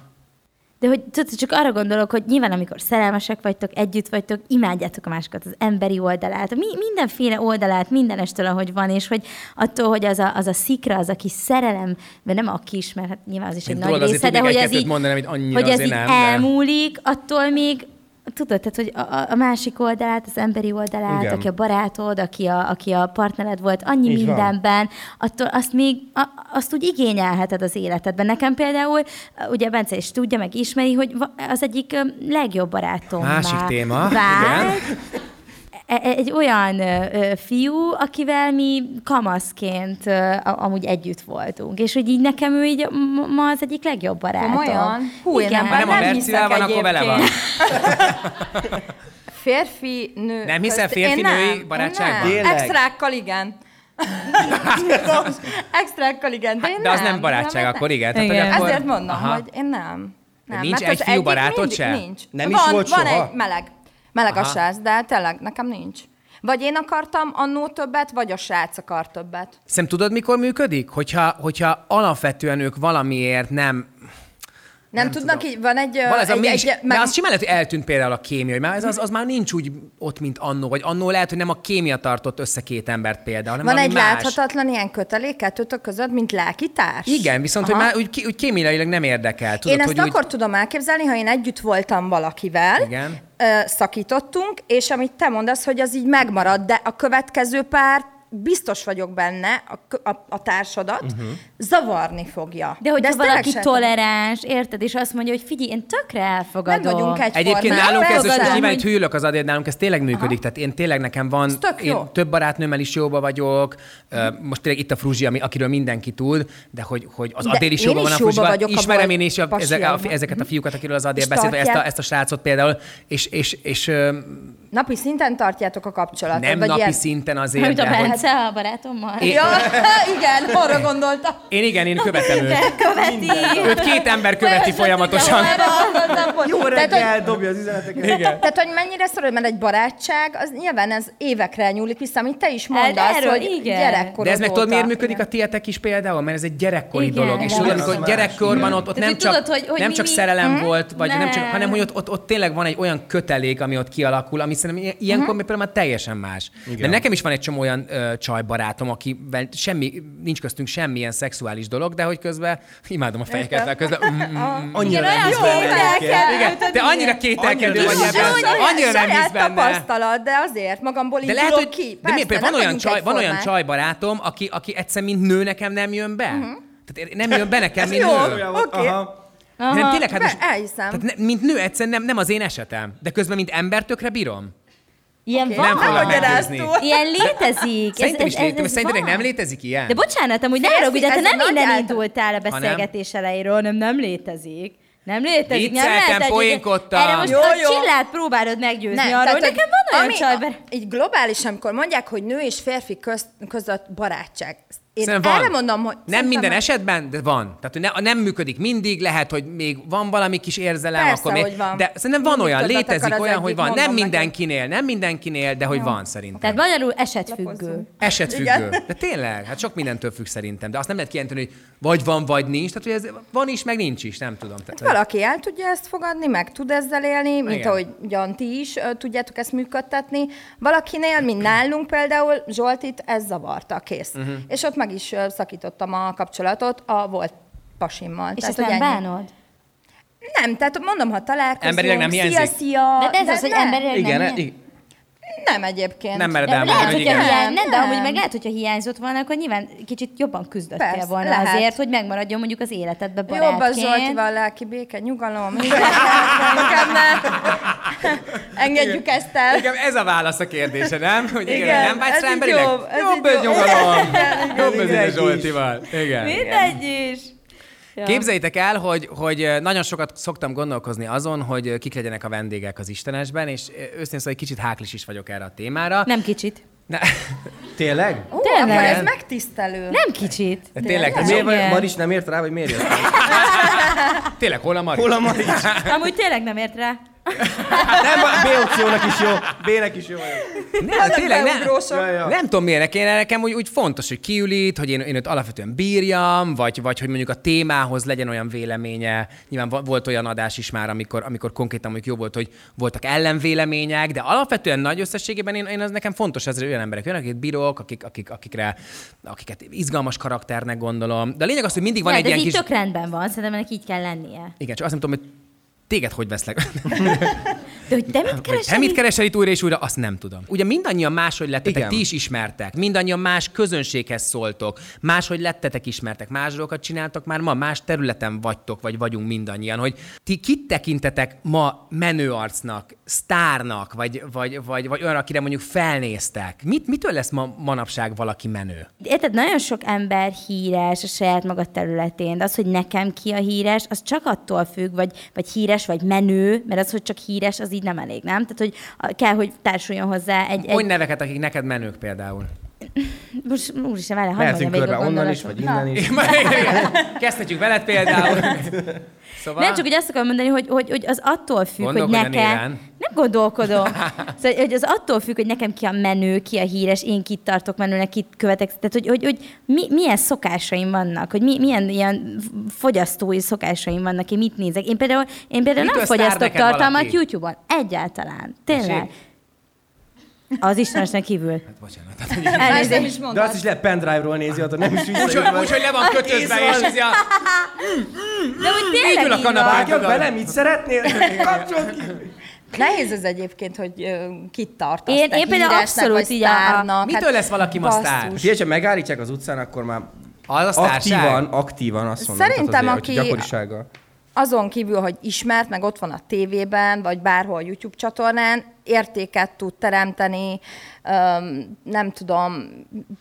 E: De hogy tudod, csak arra gondolok, hogy nyilván amikor szerelmesek vagytok, együtt vagytok, imádjátok a másikat, az emberi oldalát, mi, mindenféle oldalát, mindenestől, ahogy van, és hogy attól, hogy az a, az a szikra, az a kis szerelem, vagy nem a kis, mert hát nyilván az is egy
C: Én
E: nagy
C: tudod, azért
E: része, de
C: tudnék
E: hogy ez
C: egy-kettőt
E: így,
C: mondani, amit annyira
E: hogy ez
C: azért
E: így
C: nem, de-
E: elmúlik, attól még Tudod, tehát, hogy a- a, a másik oldalát, az emberi oldalát,
G: Igen.
E: aki a barátod, aki a, aki a partnered volt, annyi
G: Így van.
E: minden ebben, attól azt még, a, azt úgy igényelheted az életedben. Nekem például, ugye Bence is tudja, meg ismeri, hogy va- az egyik öm, legjobb barátom
C: Másik téma,
E: Vált, E- egy olyan ö, ö, fiú, akivel mi kamaszként ö, a- amúgy együtt voltunk. És hogy így nekem ő így ma- ma az egyik legjobb barátom.
D: Komolyan? Hú, én
E: Igen.
D: ebben
C: Ha nem a
D: nem
C: Mercivel
D: hiszek
C: van, akkor vele van.
D: egyébként. Férfi, nő.
C: Nem hiszel
D: közt- én
C: férfi-női
D: nem, én
C: barátságban?
D: nem.
G: Tényleg?
D: Extrákkal igen. Extrákkal igen, de én
C: Hát, De az
D: nem.
C: nem barátság,
D: nem.
C: akkor igen. Tehát,
E: Igen.
C: hogy akkor...
D: Ezért mondom,
C: Aha.
D: hogy én nem. nem
C: nincs
D: mert
C: egy
D: az
C: fiú
D: egyik
C: barátod
D: mindig-
C: se?
D: Nincs.
G: Nem
D: van,
G: is volt
D: Van
G: soha?
D: egy meleg. Meleg a
C: Aha.
D: srác, de tényleg nekem nincs. Vagy én akartam annó többet, vagy a srác akar többet.
C: Szem tudod, mikor működik? Hogyha, hogyha alapvetően ők valamiért nem...
D: Nem, tudnak így, van egy... ö,
C: Van ez a
D: egy,
C: egy,
D: egy,
C: meg... az simán lehet, hogy eltűnt például a kémia, hogy már ez, az, az már nincs úgy ott, mint annó, vagy annó lehet, hogy nem a kémia tartott össze két embert például, hanem
D: Van egy
C: valami más.
D: láthatatlan ilyen kötelék kettőtök között, mint lelkitárs?
C: Igen, viszont Aha. hogy már úgy, ké- úgy kémiailag nem érdekel. Tudod,
D: Tudod, én ezt
C: hogy
D: akkor
C: úgy...
D: tudom elképzelni, ha én együtt voltam valakivel,
C: Igen.
D: ö, szakítottunk, és amit te mondasz, hogy az így megmarad, de a következő pár biztos vagyok benne, a, kö- a, a társadat,
C: Mhm.
D: uh-huh. zavarni fogja.
E: De hogyha
D: ezt tényleg
E: valaki
D: sem
E: toleráns, érted, és azt mondja, hogy figyelj, én tökre elfogadom.
D: Nem vagyunk egy
C: Egyébként
D: formában,
C: nálunk ez, és
D: persze.
C: most nyilván itt hülyülök az adért, nálunk ez tényleg működik. Aha. Tehát én tényleg nekem van,
D: tök
C: én
D: jó.
C: több barátnőmmel is jóba vagyok, ö, most tényleg itt a Fruzsi, ami, akiről mindenki tud, de hogy, hogy az
D: De
C: Adél is
D: én
C: jóban
D: is
C: van a
D: jóba
C: Fruzsival,
D: vagyok a
C: ismerem
D: volt
C: én is a, ezek, a,
D: pasiammal.
C: ezeket a fiúkat, akiről az Adél
D: És
C: beszélt, vagy ezt a,
D: tartják.
C: ezt a srácot például, és, és, és ö,
D: Napi szinten tartjátok a kapcsolatot.
C: nem
D: vagy
C: napi
D: ilyen...
C: szinten
E: Nem
C: azért, de
E: tudom,
C: hogy
E: lehet, Össze a barátommal.
D: Ja, igen, arra gondoltam.
C: Én igen, én követem őt.
E: De követi.
C: Őt két ember követi
E: Folyamatosan
C: folyamatosan.
E: tudja, arra gondoltam.
G: Jó
D: Tehát, hogy-
G: reggel, dobja az üzeneteket.
C: Igen.
D: Tehát, hogy mennyire szorul, mert egy barátság, az nyilván ez évekre nyúlik vissza, amit te is mondasz,
E: erről,
D: hogy
E: igen.
D: gyerekkorod
C: De ez meg tudod,
D: óta.
C: miért működik a tietek is például? Mert ez egy gyerekkori
E: Igen,
C: dolog. És
E: igen.
C: tudod,
E: Az
C: amikor
G: más.
C: gyerekkorban ott, ott
E: Tehát,
C: nem
E: hogy
C: csak,
E: tudod, hogy- hogy
C: nem
E: mi-
C: csak
E: mi-
C: szerelem
E: Mhm.
C: volt, vagy nem. csak,
E: Nem.
C: hanem hogy ott, ott, ott tényleg van egy olyan kötelék, ami ott kialakul, ami szerintem ilyen- ilyenkor
E: Mhm.
C: uh-huh. például már teljesen más. Igen. De nekem is van egy csomó olyan ö, csajbarátom, akivel semmi, nincs köztünk semmilyen szexuális dolog, de hogy közben imádom a fejeket, mert közben... Mm, mm,
G: Annyira
E: Olyan
G: nem hisz benne.
E: kételkedő,
C: igen,
E: tudod,
C: de annyira
E: ilyen.
C: kételkedő
G: Annyira
C: vagy
G: nem hisz
C: ebben.
G: benne.
C: Annyira nem hisz benne.
D: tapasztalat, de azért magamból
C: De
D: indulok
C: lehet, hogy,
D: ki.
C: de miért, például
D: nem
C: van olyan,
D: vagyunk
C: csaj, van olyan
D: egyformák. Mhm.
C: csajbarátom, aki, aki egyszer mint nő nekem nem jön be. Uh-huh. Tehát én- nem jön be nekem, mint
D: jó.
C: nő.
G: Olyan volt,
D: Oké.
G: aha.
C: Aha. Nem, tényleg, hát
D: Be-
C: most,
D: elhiszem.
C: Tehát ne, mint nő egyszerűen nem, nem az én esetem, de közben mint ember tökre bírom.
E: Ilyen
C: Nem
E: van.
C: foglak
D: Elmagyaráztuk.
C: meggyőzni.
E: Ilyen létezik.
C: Szerintem is létezik, szerintetek
E: van.
C: nem létezik ilyen?
E: De bocsánat, amúgy ne
D: Férfi,
E: haragudj, de te
D: ez egy
E: nem innen
D: nagy által-
E: indultál a beszélgetés elejéről, nem, nem létezik. Nem létezik, nem
C: Vicceltem,
E: létezik.
C: poénkodtam.
E: Erre most
D: Jó,
E: a
D: jó.
E: csillát próbálod meggyőzni nem, arról, hogy
D: tehát,
E: nekem van olyan csajber.
D: a- Így globális, amikor mondják, hogy nő és férfi közt, között barátság. Én
C: Szerintem van.
D: erre mondom, hogy...
C: Nem
D: szerintem
C: minden
D: van.
C: esetben, de van. Tehát hogy ne, nem működik mindig, lehet, hogy még van valami kis érzelem,
D: Persze,
C: akkor még,
D: hogy van.
C: de szerintem van
D: Mindig
C: olyan,
D: többet akar
C: létezik
D: az
C: olyan,
D: egyik,
C: hogy van. Nem
D: mondom neked.
C: mindenkinél, nem mindenkinél, de hogy van szerintem.
E: Tehát magyarul esetfüggő.
C: Esetfüggő.
D: Igen.
C: De tényleg, hát sok mindentől függ szerintem, de azt nem lehet kijelenteni, hogy vagy van, vagy nincs. Tehát, hogy ez van is, meg nincs is, nem tudom. Tehát, hogy-
D: Hát Valaki el tudja ezt fogadni, meg tud ezzel élni, mint
C: Igen.
D: ahogy ugyan ti is ö, tudjátok ezt működtetni. Valakinél, mint nálunk például, Zsoltit ez zavarta, kész.
C: Mhm.
D: Uh-huh. És ott meg is ö, szakítottam a kapcsolatot a volt pasimmal.
E: És
D: Tehát,
E: ezt
D: hogy
E: nem
D: ennyi.
E: bánod?
D: Nem, tehát mondom, ha találkozunk,
C: Emberileg nem
D: szia,
C: hiányzik?
D: szia.
E: De, de ez az, hogy
D: ne.
E: emberileg nem
G: Igen,
E: ilyen.
G: igen.
D: Nem egyébként.
C: Nem mered
E: De
C: elmondani,
E: lehet,
C: hogy
E: hogyha
C: igen.
E: hiány, nem, de
D: Nem.
E: amúgy meg lehet, hogyha hiányzott volna, akkor nyilván kicsit jobban küzdöttél
D: Persze,
E: volna
D: lehet.
E: azért, hogy megmaradjon mondjuk az életedbe
D: Jobb
E: barátként.
D: az Zsoltival lelki béke, nyugalom, minden kell, inkább ne. Engedjük ezt el.
C: Nekem ez a válasz a kérdése, nem? Hogy igen,
D: Igen,
C: nem vágysz
D: ez
C: rá
D: így
C: emberileg?
D: jobb, ez
C: Jobb
D: így
C: ez
D: jobb.
C: nyugalom. Jobb ez így
G: Igen.
C: a Zsoltival. Igen.
E: Mindegy is. Ja.
C: Képzeljétek el, hogy, hogy nagyon sokat szoktam gondolkozni azon, hogy kik legyenek a vendégek az Istenesben, és őszintén szóval egy kicsit háklis is vagyok erre a témára.
E: Nem kicsit.
C: Ne.
G: Tényleg?
D: Ó,
E: Tényleg.
D: akkor ez megtisztelő.
E: Nem kicsit.
C: De tényleg,
G: De
C: tehát miért-
G: miért vagy,
E: Igen.
G: Maris nem ért rá, vagy miért ért rá?
C: tényleg hol a Mari?
G: Hol a Maris?
E: Amúgy tényleg nem ért rá.
G: Nem, a B opciónak is jó, B-nek is jó. vagyok.
C: Nem, tényleg nem.
G: Ja, ja.
C: Nem tudom miért, nekem, én- nekem úgy, úgy fontos, hogy kiül itt, hogy én, én őt alapvetően bírjam, vagy, vagy hogy mondjuk a témához legyen olyan véleménye. Nyilván va- volt olyan adás is már, amikor, amikor konkrétan mondjuk jó volt, hogy voltak ellenvélemények, de alapvetően nagy összességében én, én az nekem fontos, ezért olyan emberek jönnek, akik bírok, akik, akik, akikre, akiket izgalmas karakternek gondolom. De a lényeg az, hogy mindig van
E: Van ja,
C: egy
E: de ez
C: ilyen
E: így
C: kis...
E: tök rendben van, szerintem ennek így kell lennie.
C: Igen, csak azt nem tudom, hogy téged hogy veszlek.
E: De hogy te mit
C: Hogy
E: keresel?
C: te mit
E: itt?
C: keresel itt újra és újra, azt nem tudom. Ugye mindannyian máshogy lettetek,
G: Igen.
C: ti is ismertek, mindannyian más közönséghez szóltok, máshogy lettetek ismertek, más dolgokat csináltok már ma, más területen vagytok, vagy vagyunk mindannyian, hogy ti kit tekintetek ma menő arcnak, sztárnak, vagy, vagy, vagy, vagy olyan, akire mondjuk felnéztek? Mit, mitől lesz ma, manapság valaki menő?
E: Érted, nagyon sok ember híres a saját maga területén, de az, hogy nekem ki a híres, az csak attól függ, vagy, vagy híres, vagy menő, mert az, hogy csak híres, az így nem elég, nem? Tehát, hogy a- kell, hogy társuljon hozzá egy...
C: Mondj
E: egy...
C: neveket, akik neked menők például.
E: Most úristen, vele, hagyd mondjam
G: Mehetünk
E: végig
G: körbe
E: a
G: onnan is,
E: gondolatot.
G: vagy innen is.
C: Kezdhetjük veled például. Szóval...
E: Nem csak, hogy azt akarom mondani, hogy, hogy, hogy az attól függ, hogy
C: Gondolkodj a
E: nekem...
C: néven.
E: Nem gondolkodom. szóval, hogy az attól függ, hogy nekem ki a menő, ki a híres, én kit tartok menőnek, kit követek. Tehát, hogy, hogy, hogy mi, milyen szokásaim vannak, hogy mi, milyen ilyen fogyasztói szokásaim vannak, én mit nézek. Én például, én
C: Mitől
E: például nem
C: sztár
E: fogyasztok
C: neked
E: tartalmat
C: valaki?
E: YouTube-on. Egyáltalán. Tényleg.
C: Tessék?
E: Az Istenesnek kívül.
C: Bocsánat.
D: Más
E: Elnézést.
D: nem is
G: De
D: mondod.
G: azt is le pendrive-ról nézi, attól nem is
C: Úgyhogy
G: visszajön.
C: úgy, le van kötözve, és így a...
E: De hogy tényleg
C: Így ül a Hát
E: így van.
C: kanapán.
G: Vágjak bele, mit szeretnél? Kapcsolt ki!
D: Nehéz ez egyébként, hogy ö, kit tartasz.
E: Én-
D: te
E: én például
D: híresnek,
E: abszolút
D: vagy
E: így a- a-
D: sztárnak. Hát
C: Mitől lesz valaki ma
D: basszus.
C: sztár?
G: Figyelj, ha megállítják az utcán, akkor már
C: Az a sztárság. Hát
G: aktívan, aktívan azt mondom.
D: Szerintem,
G: tehát azért,
D: aki-
G: hogy gyakorisággal.
D: Azon kívül, hogy ismert, meg ott van a tévében, vagy bárhol YouTube csatornán, értéket tud teremteni, öm, nem tudom,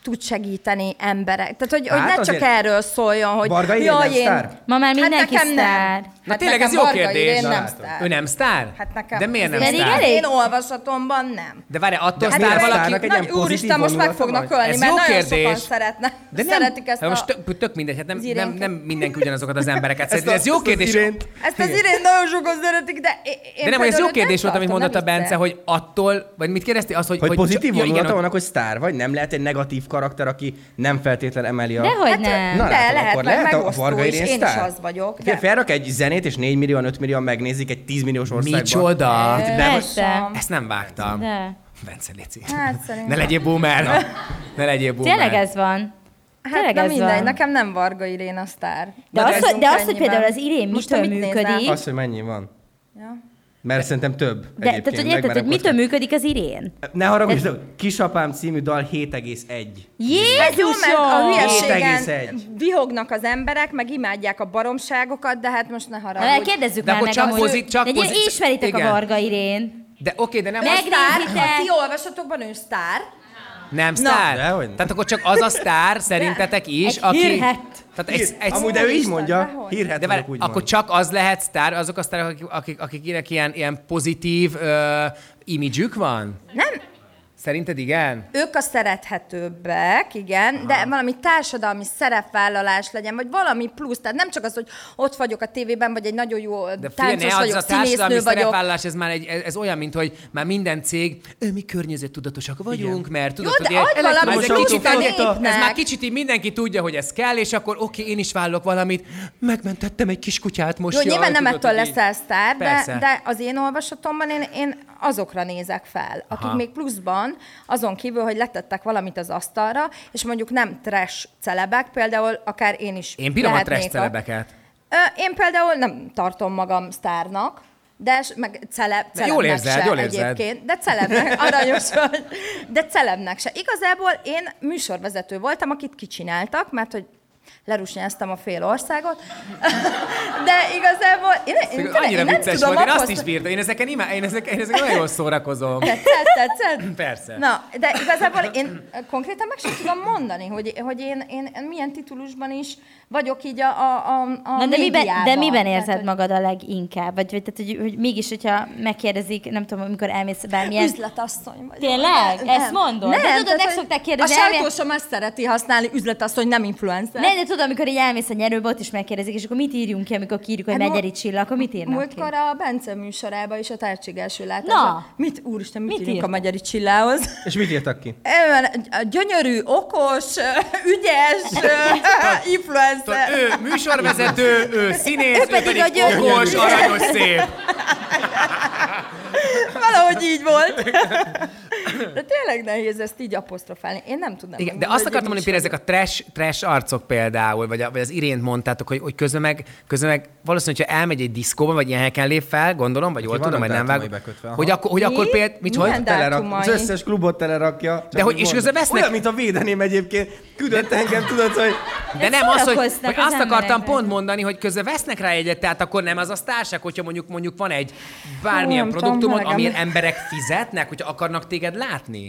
D: tud segíteni emberek. Tehát, hogy,
G: Hát
D: hogy ne
G: azért-
D: csak erről szóljon, hogy
G: Barga Irén nem sztár?
E: Ma már mindenki
D: hát nekem
E: sztár.
D: Nem.
C: Na
D: hát
C: tényleg
D: nekem
C: ez jó
D: Varga
C: kérdés.
D: Irén
C: Na,
D: nem
C: látom.
D: sztár.
C: Ő nem sztár?
D: Hát nekem
C: De miért nem
D: az
E: Pedig
C: sztár?
E: elég-
D: Én olvasatomban nem.
C: De várj, attól sztár
D: Hát
G: miért
D: persze,
C: valaki...
G: sztárnak egy ilyen
D: Nagy
G: pozitív
D: úristen, most meg
G: vonulata
D: fognak
G: van?
D: ölni,
C: Ez
D: mert
C: jó
D: nagyon sokan
C: kérdés.
D: szeretnek.
C: De nem,
D: szeretik ezt
C: hát most
D: a...
C: tök, tök mindegy, hát nem,
D: az
C: nem,
D: irént.
C: nem mindenki ugyanazokat az embereket
G: Ezt
C: szereti.
G: a-
C: Ez jó
G: ezt az
C: kérdés.
G: irént.
D: Ezt az irént nagyon sokan szeretik, de én én
C: De nem, hogy ez jó
D: például nem
C: kérdés volt, amit
D: tartom,
C: mondott a
D: nem
C: Bence,
D: hiszem.
C: hogy attól, vagy mit kérdezti? Az, hogy,
G: Hogy pozitív
C: ja, igen,
G: vonulata vannak, hogy sztár vagy? Nem lehet egy negatív karakter, aki nem feltétlen emeli a...
E: Dehogy
D: Hát,
E: nem.
G: Na,
D: Na,
G: látod,
D: de lehet,
G: akkor lehet
D: meg
G: a
D: megosztó
G: Varga
D: is,
G: Irén
D: én is
G: sztár?
D: az vagyok.
G: Figyelj,
D: De
G: felrak egy zenét, és 4 millióan, 5 millióan megnézik egy 10 milliós országban.
C: Micsoda!
G: De
E: Persze.
C: Ezt nem vágtam.
E: De.
C: Bence Léci.
D: Hát, szerintem.
C: Ne legyél boomer! Ne legyél boomer!
E: Tényleg ez van.
D: hát
E: Tényleg
D: na
E: ez
D: mindegy,
E: van.
D: nekem nem Varga Irén a sztár.
E: De az, hogy, de az, hogy
D: Ennyiben.
E: például az irén
D: Most
E: mitől
D: te mit nézel?
E: működik,
G: Azt, hogy mennyi van.
D: Ja.
G: Mert szerintem több
E: de, tehát,
G: egyébként,
E: hogy érted, hogy
G: megmerem
E: mitől
G: kockázatni.
E: működik az irén?
G: Ne haragudj, de kisapám című dal 7,1.
D: Jó, mert Hát a
E: Jézusom!
D: hülyeségen
G: 7,1.
D: vihognak az emberek, meg imádják a baromságokat, de hát most ne
E: Na, de
D: haragudj.
E: kérdezzük
C: De
E: már
C: akkor
E: meg
C: csak
E: amúgy.
C: pozit- csak
E: De gyere,
C: pozit-
E: ismeritek
C: igen.
E: a Varga Irén.
C: De oké, de nem
E: Meg-
C: az...
D: Sztár,
E: Megnézitek?
D: ha ti olvasatokban ő sztár,
C: Nem sztár?
G: Dehogy nem.
C: Tehát akkor csak az a sztár szerintetek is,
E: Egy
C: aki...
E: hírhet.
C: Tehát egy, egy,
G: Amúgy, de ő így mondja,
D: dehogy.
G: hírhet
C: De várj,
G: vagyok, úgy
C: akkor
G: van.
C: csak az lehet sztár, azok a sztárok, akik, akik, akiknek ilyen, ilyen pozitív ö, imidzsük van?
D: nem?
C: Szerinted igen?
D: Ők a szerethetőbbek, igen, Aha. de valami társadalmi szerepvállalás legyen, vagy valami plusz, tehát nem csak az, hogy ott vagyok a tévében, vagy egy nagyon jó
C: De figyelj,
D: táncos
C: ne az
D: vagyok,
C: a társadalmi
D: színésznő vagyok.
C: szerepvállalás, ez már egy, ez, ez olyan, mint hogy már minden cég, "Ö, mi környezettudatosak vagyunk, mert tudod,
D: Jó, de
C: hogy ilyen-
D: adj
C: elektromos
D: valami
C: autó-
D: plusz
C: kicsit ennyi-
D: népnek.
C: ez már kicsit így mindenki tudja, hogy ez kell, és akkor oké, én is vállok valamit, megmentettem egy kis kutyát most.
D: Jó,
C: jaj,
D: nyilván nem
C: tudod,
D: ettől
C: hogy így-
D: leszel sztár,
C: Persze.
D: de, de az én olvasatomban én, én azokra nézek fel, akik
C: Aha.
D: Aha. még pluszban, azon kívül, hogy letettek valamit az asztalra, és mondjuk nem trash celebek, például akár én is
C: Én bírom a
D: lehetnék
C: trash celebeket.
D: Ö, én például nem tartom magam sztárnak, de s- meg celeb,
C: De jól
D: celebnek
C: érzed,
D: se
C: jól érzed.
D: egyébként, de celebnek, aranyos vagy, de celebnek se. Igazából én műsorvezető voltam, akit kicsináltak, mert hogy lerusnyáztam a fél országot, de igazából én,
C: Tényleg
D: én, tényleg,
C: Szóval Annyira
D: én nem
C: vicces
D: tudom
C: volt, én azt
D: ahhoz,
C: is bírtam. Én ezeken, imá- én ezeken, én ezeken nagyon jól szórakozom.
D: Tetszett, tetszett?
C: Persze.
D: Na, de igazából én konkrétan meg sem tudom mondani, hogy, hogy én, én milyen titulusban is vagyok így a, a, a, a
E: Na, de, miben, de
D: médiában.
E: miben
D: Tehát,
E: érzed magad a leginkább? Vagy, vagy tehát, hogy, hogy mégis, hogyha megkérdezik, nem tudom, amikor elmész bármilyen...
D: Üzletasszony vagyok.
E: Tényleg? Ezt mondod? De tudod,
D: tehát,
E: meg
D: hogy
E: szokták kérdezni,
D: A
E: elvileg-
D: sajtósom azt szereti használni, üzletasszony, nem influencer.
E: Ne, de tudod, amikor így elmész a nyerőbe, ott is megkérdezik, és akkor mit írjunk ki, amikor kiírjuk, hogy
D: Hát
E: Megyeri
D: múlt-
E: Csilla, akkor mit írnak ki?
D: Múltkor a Bence műsorába is a tehetségelső
E: Na.
D: látásra. Mit, úristen, mit,
E: Mit
D: mit írjunk a
E: írtak?
D: Magyari Csillához?
G: És mit írtak ki?
D: Olyan gyönyörű, okos, ügyes,
C: Tudod,
D: influencer.
C: Szóval ő műsorvezető, ő színész, ő pedig,
E: a
C: a
E: gyönyörű.
C: okos, aranyos, szép.
D: Valahogy így volt. De tényleg nehéz ezt így apostrofálni. Én nem tudnám.
C: Igen, de
D: megmondani,
C: azt
D: hogy
C: akartam
D: én
C: mondani,
D: is
C: például ezek a trash, trash arcok például, vagy, a, vagy az irént mondtátok, hogy, hogy közben meg, közben meg valószínűleg, hogyha elmegy egy diszkóba, vagy ilyen helyeken lép fel, gondolom, vagy jól
G: vannak
C: tudom, vagy nem
G: dátumai
C: vágom.
G: bekötve, aha.
C: Hogy akkor, hogy akkor
D: Mi?
C: például, mit
D: Milyen
C: hogy?
D: dá-
G: Telerak,
D: Dátumai.
G: az összes klubot telerakja. csak
C: De hogy-
G: úgy
C: és
G: mondom.
C: közben vesznek-
G: Olyan, mint a védeném egyébként. Küldött engem, tudod, hogy...
C: De nem az, hogy,
E: szórakoznak
C: hogy
E: az
C: azt akartam
E: embereknek.
C: pont mondani, hogy közben vesznek rá egyet, tehát akkor nem az a társak, hogyha mondjuk mondjuk van egy bármilyen
D: Hú, nem tudom,
C: produktumod,
D: melegem.
C: amilyen emberek fizetnek, hogyha akarnak téged látni.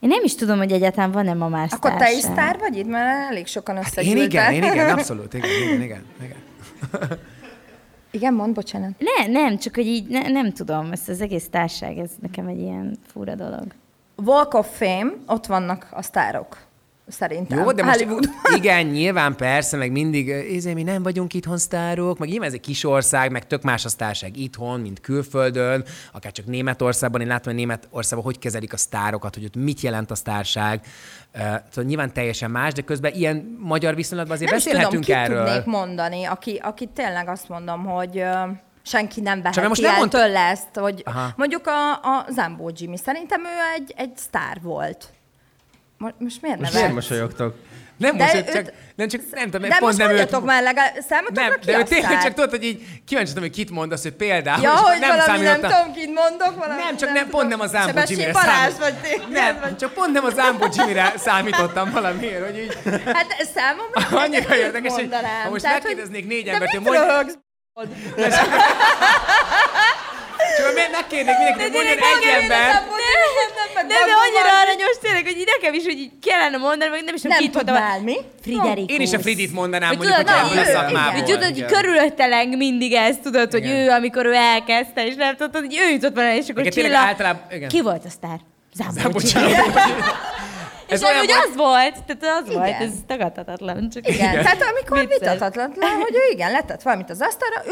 E: Én nem is tudom, hogy egyáltalán van-e ma már
D: Akkor te
E: sztár
D: is
E: sem.
D: sztár vagy itt? Mert elég sokan
C: Én
D: összegyűltek.
C: Hát igen, én igen, abszolút, igen, igen, igen. igen.
D: Igen, mond, bocsánat.
E: Ne, nem, csak hogy így ne, nem tudom, ezt az egész társág, ez nekem egy ilyen fura dolog.
D: Walk of Fame, ott vannak a sztárok. Szerintem.
C: Jó, de most
D: Hollywood.
C: igen, nyilván persze, meg mindig, ezért mi nem vagyunk itthon sztárok, meg nyilván ez egy kis ország, meg tök más a sztárság itthon, mint külföldön, akár csak Németországban, én látom, hogy Németországban hogy kezelik a sztárokat, hogy ott mit jelent a sztárság. Uh, szóval nyilván teljesen más, de közben ilyen magyar viszonylatban azért
D: Nem is tudom,
C: beszélhetünk
D: ki
C: erről.
D: tudnék mondani, aki, aki tényleg azt mondom, hogy ö, senki nem
C: mert most
D: veheti most
C: nem
D: el
C: mondta-
D: tőle ezt, hogy
C: Aha.
D: Aha. mondjuk a, a Zambó Jimmy, szerintem ő egy, egy sztár volt. Mo- Most miért
G: Most
D: nevetsz?
G: miért mosolyogtok?
C: nem
D: de
C: most, hogy
D: őt-
C: csak, nem csak, nem tudom,
D: De
C: pont
D: most
C: nem őt,
D: mondjatok már legalább, számotokra
C: nem,
D: ki
C: de
D: a
C: ő tényleg
D: sztár?
C: csak tudod, hogy így kíváncsi tudom, hogy kit mondasz, hogy például.
D: Ja,
C: és
D: hogy nem valami nem
C: számítottam-
D: tudom, kit mondok, valami
C: Nem, csak nem, pont nem az Ámbó
D: Sebesség
C: Jimmy-re
D: Balázs
C: számít-
D: vagy téged,
C: Nem,
D: vagy-
C: csak pont nem az Ámbó Jimmy-re számítottam valamiért, hogy így
D: Hát ez számomra
C: annyira
D: ezeket
C: érdekes, hogy
D: mondanám.
C: ha most
D: Tehát,
C: megkérdeznék négy
D: de
C: embert, hogy
D: mit
C: mondj,
D: röhögsz?
C: Csak miért megkérnék mindenkit, hogy mondjon egy embert.
E: Nem, de annyira aranyos tényleg, hogy így nekem is, hogy így kellene mondani, meg nem is tudom,
D: Nem
E: kit
D: tud
E: mondtam.
D: már mi?
E: Friderikus.
C: Én is a Fridit mondanám,
E: Hogy
C: mondjuk,
E: tudod,
C: hogy ebből
E: na,
C: a
E: ő,
C: szakmából.
E: igen. Tudod, hogy körülötteleng mindig ezt, tudod, hogy ő, amikor ő elkezdte, és nem tudod, hogy ő jutott volna, és akkor
C: Igen, tényleg
E: Csilla...
C: általában- igen.
E: Ki volt a sztár? Zámbocsi.
C: Bocsánat.
E: És
C: Ez
E: olyan,
C: olyan
E: hogy
C: volt-
E: az volt, tehát az
D: Igen.
E: volt, ez tagadhatatlan. Csak
D: Igen. igen. Tehát amikor
E: Vicces.
D: vitathatatlan, le, hogy ő igen, letett valamit az asztalra, ő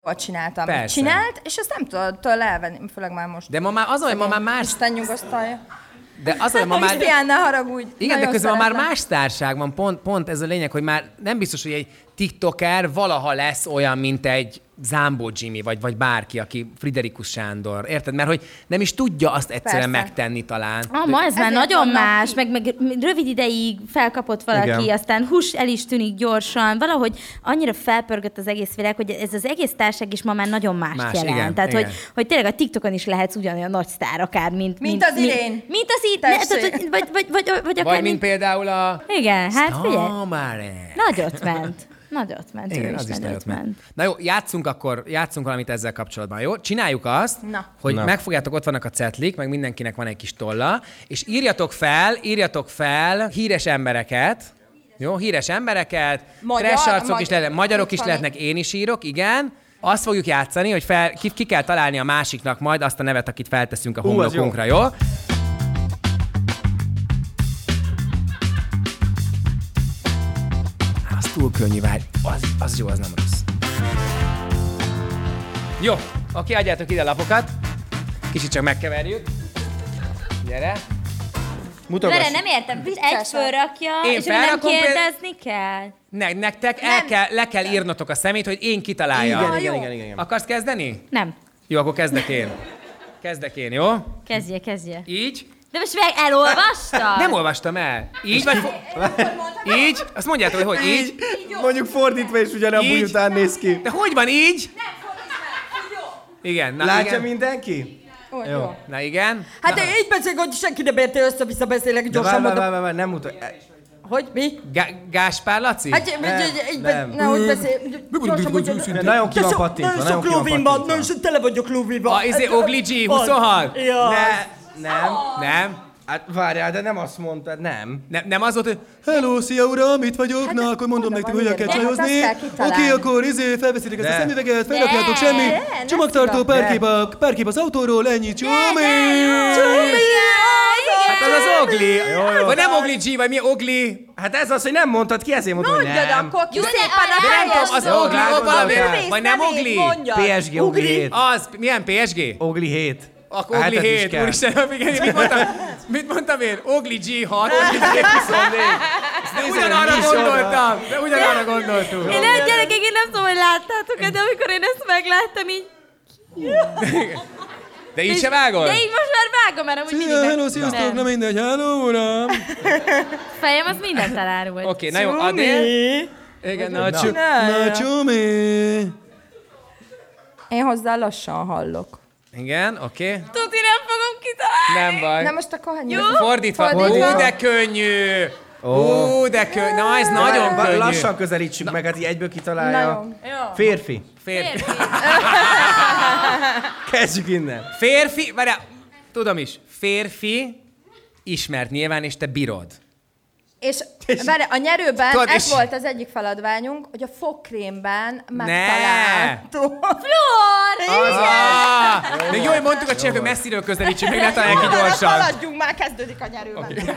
D: volt csinálta, amit
C: Persze.
D: csinált, és ezt nem tudod tőle elvenni, főleg már most.
C: De ma már az, hogy ma már más,
D: Isten nyugosztalja. Hát,
C: de az, hogy ma már...
D: Krisztián, ne haragudj.
C: Igen, de
D: nagyon
C: közben ma már
D: szeretlek.
C: más társág van, pont, pont ez a lényeg, hogy már nem biztos, hogy egy TikToker valaha lesz olyan, mint egy Zámbó Jimmy, vagy, vagy bárki, aki Friderikus Sándor, érted? Mert hogy nem is tudja azt egyszerűen
D: Persze.
C: megtenni talán.
E: Ah, ma ez már
D: Ezért
E: nagyon
D: vannak
E: más,
D: így.
E: meg, meg rövid ideig felkapott valaki,
G: Igen.
E: Igen. aztán hús el is tűnik gyorsan, valahogy annyira felpörgött az egész világ, hogy ez az egész társaság is ma már nagyon mást
C: Más,
E: más, jelent.
C: igen,
E: tehát,
C: igen.
E: Hogy, hogy tényleg a TikTokon is lehetsz ugyanolyan nagy sztár akár, mint...
D: Mint az Irén.
E: Mint, mint az itt,
D: Tessék.
E: ne, tehát, hogy- vagy, vagy, vagy, vagy akár...
C: Vagy mint például a...
E: Igen, hát figyelj,
C: Stomare.
E: nagyot ment. Nagyot ment, ő
C: Igen, az is
E: nagyot
C: nagyot ment. Na jó, játszunk akkor, játszunk valamit ezzel kapcsolatban, jó? Csináljuk azt,
D: Na.
C: hogy
G: Na.
C: megfogjátok, ott vannak a cetlik, meg mindenkinek van egy kis tolla, és írjatok fel, írjatok fel híres embereket, jó, híres embereket,
D: Magyar,
C: trash arcok is
D: magy-
C: lehetnek, magyarok is
D: Itt van
C: lehetnek, én is írok, igen. Azt fogjuk játszani, hogy fel, ki, ki kell találni a másiknak majd azt a nevet, akit felteszünk a
G: Ú, az jó.
C: homlokunkra, jó? Az túl könnyű vágy. Az, az jó, az nem rossz. Jó, oké, adjátok ide lapokat. Kicsit csak megkeverjük. Gyere.
E: Vere,
G: Mutogass.
E: nem értem, egy fölrakja,
C: Én
E: és nem
C: felrakom, például-
E: kérdezni kell.
C: Ne, nektek el kell, le kell írnotok a szemét, hogy én kitaláljam.
G: Igen, igen, igen, igen, igen.
C: Akarsz kezdeni?
E: Nem.
C: Jó, akkor kezdek én. Kezdek én, jó?
E: Kezdje, kezdje.
C: Így.
E: De most meg elolvastad?
C: Nem olvastam el. Így vagy... fo- Így? Azt mondjátok, hogy hogy így?
G: Mondjuk fordítva is ugyanabban
C: Így.
G: után néz ki.
C: De hogy van így? Igen, na
G: Látja
C: igen.
G: mindenki?
D: Ó, Jó.
C: Na igen.
H: Hát de így beszélek, hogy senki nem érti, össze-vissza beszélek,
G: De várj,
H: gyorsan
G: várj,
H: mondom.
G: várj, várj, nem mutat.
H: Hogy mi?
C: Gá- Gáspár Laci?
H: Hát így, így, így,
G: nem.
H: ne, hogy beszél. Gyorsan mondjam.
G: De Nagyon ki
H: De
G: van
H: sok-
G: pattintva,
H: Nagyon
G: nagyon
H: sok
G: ki van
H: lóvin van,
G: pattintva.
H: nagyon sok tele vagyok lóvival.
C: A, izé, Ogli G, 26?
H: hát, Ja.
G: Ne, nem.
C: Nem?
G: Hát várjál, de nem azt mondtad, nem.
C: nem? Nem az volt, hogy
I: Hello, szia uram, itt vagyok, hát, na akkor mondom nektek, hogy el kell
D: De hát azt
I: csajozni.
D: kell
I: Oké,
D: kitalálni.
I: akkor izé, felveszitek ezt
G: De.
I: a szemüveget, felrakjátok semmi.
D: ne, nem
I: Csomagtartó,
D: tudom.
I: párkép, a, párkép az autóról, ennyi, csumi!
C: hát az az Ogli.
G: Jó, jó.
C: Vagy nem Ogli G, vagy mi Ogli?
G: Hát ez az, hogy nem mondtad ki, ezért mondom, hogy
D: Mondjad
G: nem.
D: akkor ki szépen a
E: de nem
D: helyes
C: Az
H: hát,
G: Jó,
C: Ogli,
G: látod,
C: ott valami.
G: nem
D: művész
C: Vagy nem
D: nevét
C: Ogli?
D: mondjad.
G: PSG Ogli 7.
C: Az, milyen PSG?
G: Ogli 7.
C: Akkor Ogli 7, úristen, igen, mit mondtam, mit mondtam én? Ogli G6, Ogli G24. Ugyanarra gondoltam, de ugyanarra gondoltunk.
E: Én egy gyerekek, én nem tudom, hogy láttátok de amikor én ezt megláttam, így...
C: De így se vágod?
E: De így most már vágom, mert amúgy mindig
I: Szia, hello,
E: meg...
I: sziasztok, na
E: Nem.
I: mindegy, hello uram!
E: Fejem az mindent elárult.
C: Oké, na jó, Adél. Igen, na, csu-
I: Na csumi!
D: Én hozzá lassan hallok.
C: Igen, oké.
E: Tuti, nem fogom kitalálni.
C: Nem baj.
D: Na most akkor hagyjuk.
C: Fordítva.
D: Fordítva.
C: Ú, de könnyű! Ú, de könnyű! Na, ez nagyon könnyű.
G: Lassan közelítsük meg, hát így egyből kitalálja.
D: Nagyon.
G: Férfi.
C: Férfi.
G: Kezdjük innen.
C: Férfi, várjál, tudom is. Férfi, ismert nyilván, és te bírod.
D: És várj, a nyerőben
C: Tudod,
D: ez
C: és-
D: volt az egyik feladványunk, hogy a fogkrémben
C: Ne!
D: megtaláltuk.
E: Flór!
C: Ah, még jó, hogy mondtuk a csináljuk, hogy messziről közelítsük, meg ne találják ki gyorsan.
D: Haladjunk, már kezdődik a nyerőben. Okay.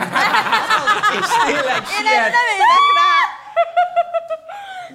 G: Tényleg
D: Nem,
G: siet.
D: nem érek rá!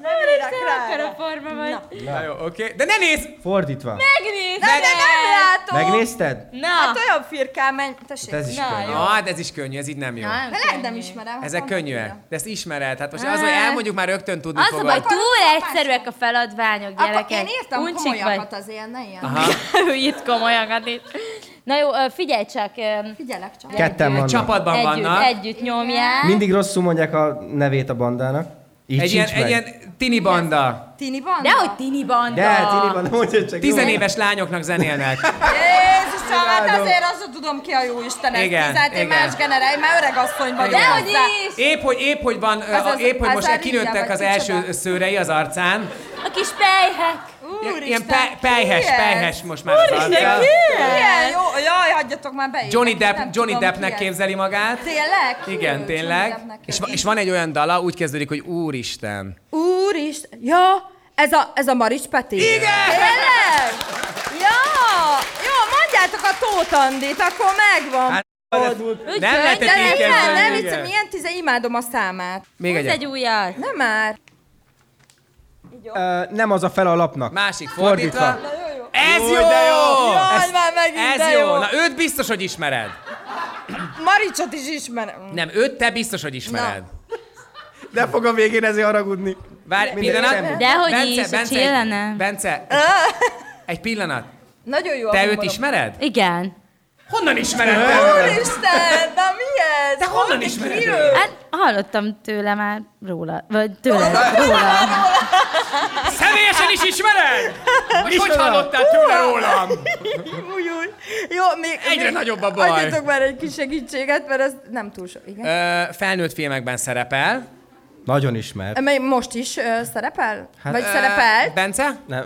D: Nem érek
E: Akkor
D: rá!
E: a forma vagy.
C: Na jó, oké. De ne nézz!
G: Fordítva.
E: Megnézd!
D: Nem, de nem látom!
G: Megnézted?
E: Na!
D: Hát olyan firkán menj, tessék.
G: Ez is
E: Na,
G: könnyű.
C: Na, hát ez is könnyű, ez így nem jó.
E: Nem
D: De lehet nem ismerem.
C: Ezek
D: honnan
C: könnyűek,
D: tudom.
C: de ezt ismered. Hát most az, hogy elmondjuk, már rögtön tudni
E: Az a baj,
C: fogod.
E: túl egyszerűek a feladványok, gyerekek.
D: Akkor én írtam
E: Uncsik
D: komolyakat az ilyen, ne ilyen.
E: vagy. Ő írt komolyakat itt. Na jó, ö, figyelj csak. ö,
D: Figyelek csak.
G: Ketten vannak.
C: Csapatban
E: Együtt,
C: vannak.
E: együtt nyomják.
G: Mindig rosszul mondják a nevét a bandának. Így
C: Egy ilyen,
G: sincs meg.
C: egy ilyen tini banda.
D: Tini van?
E: De hogy tini banda.
G: De, Tini van, mondja csak.
C: Tizenéves lányoknak zenélnek.
D: Jézusom, hát azért azt tudom ki a jó Isten ezt
C: Igen,
D: tízelt, én
C: igen.
D: más generáj, már öreg asszony vagyok.
E: De hogy
D: hozzá.
E: is!
C: Épp hogy, épp hogy van, ö,
D: Az az-
C: épp hogy
D: az
C: most
D: a
C: kinőttek
D: ringa,
C: az
D: vagy
C: első
D: micsoda?
C: szőrei az arcán.
E: A kis pejhek.
C: Ilyen, ilyen pe- pejhes, pejhes most már az arca.
D: Milyen jó, jaj, hagyjatok már be.
C: Johnny,
D: én
C: Depp,
D: nem
C: Johnny
D: tudom,
C: Deppnek
D: ki ez.
C: képzeli magát.
D: Tényleg? Ki ő
C: Igen,
D: Johnny
C: tényleg.
D: Deppnek
C: És, va- és van egy olyan dala, úgy kezdődik, hogy Úristen.
D: Úristen, ja, ez a, ez a Marics Peti?
C: Igen!
D: Tényleg? Ja, jó, mondjátok a Tóth Andit, akkor megvan.
C: Hát,
D: Úgy
C: nem
D: vagy?
C: lehetett
D: De
C: így
D: nem,
C: kezdeni,
D: nem, nem,
C: igen.
D: viccem, milyen tize, imádom a számát.
C: Még
E: Húzz egy
C: egy.
E: újat.
D: Nem már.
G: Ö, nem az a fel a lapnak.
C: Másik fordítva.
G: Fordítva.
C: Ez jó!
G: de jó!
D: Jaj, már megint,
C: Ez
D: de
C: jó! Na őt biztos, hogy ismered.
D: Maricsot is ismerem.
C: Nem, őt te biztos, hogy ismered.
G: De fog a végén ezért haragudni.
C: Várj,
G: Mindegy,
C: pillanat.
G: semmi.
E: Dehogy is, a
C: Bence,
E: csillene.
C: egy, Bence, egy pillanat.
D: Nagyon jó a
C: Te őt
D: humorom.
C: ismered?
E: Igen.
C: Honnan ismered? te őt?
D: Úristen, na mi ez?
C: Te honnan
D: Hogy-
C: ismered
D: kiről?
C: őt?
E: Hát hallottam tőle már róla, vagy tőle, róla.
C: Személyesen is ismered? Vagy hogy hallottál tőle rólam?
D: Új, új. Jó, még...
C: Egyre
D: még-
C: nagyobb a baj.
D: Adjatok már egy kis segítséget, mert ez nem túl sok. Igen.
C: Ö, felnőtt filmekben szerepel.
G: Nagyon ismert.
D: Mely most is ö, szerepel?
C: Hát,
D: Vagy szerepelt?
C: Bence?
G: Nem.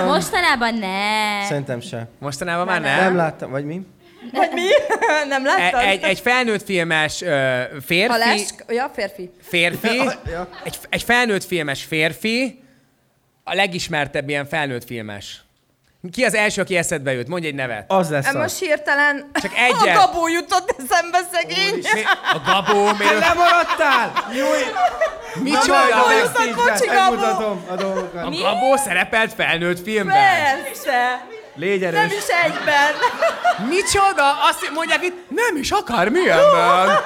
G: Ö,
E: Mostanában
D: E.
E: ne.
G: szerintem se.
C: Mostanában már
G: Nem
C: nem.
G: láttam, vagy mi?
D: Vagy mi? nem
C: E-
D: láttad?
C: Egy, egy felnőtt filmes ö,
D: Ha
C: férfi,
D: lesz, ja, férfi.
C: férfi egy, egy felnőtt filmes férfi, a legismertebb ilyen felnőtt filmes. Ki az első, aki eszedbe jut? Mondj egy nevet.
G: Az lesz
D: Szóval.
G: az.
D: Most hirtelen
C: Csak
D: a
C: egyet.
D: gabó jutott eszembe szegény.
C: Mi- A Gabó, miért?
G: Lemaradtál! Jó,
C: Micsoda?
D: Gabó
C: meg-
D: jutott kocsi gabó.
G: Megmutatom a dolgokat.
C: A Gabó szerepelt felnőtt filmben.
D: Persze,
G: Légy
D: nem
G: erős.
D: is egyben.
C: Micsoda? Azt mondják itt, nem is akar milyenben.
E: Ne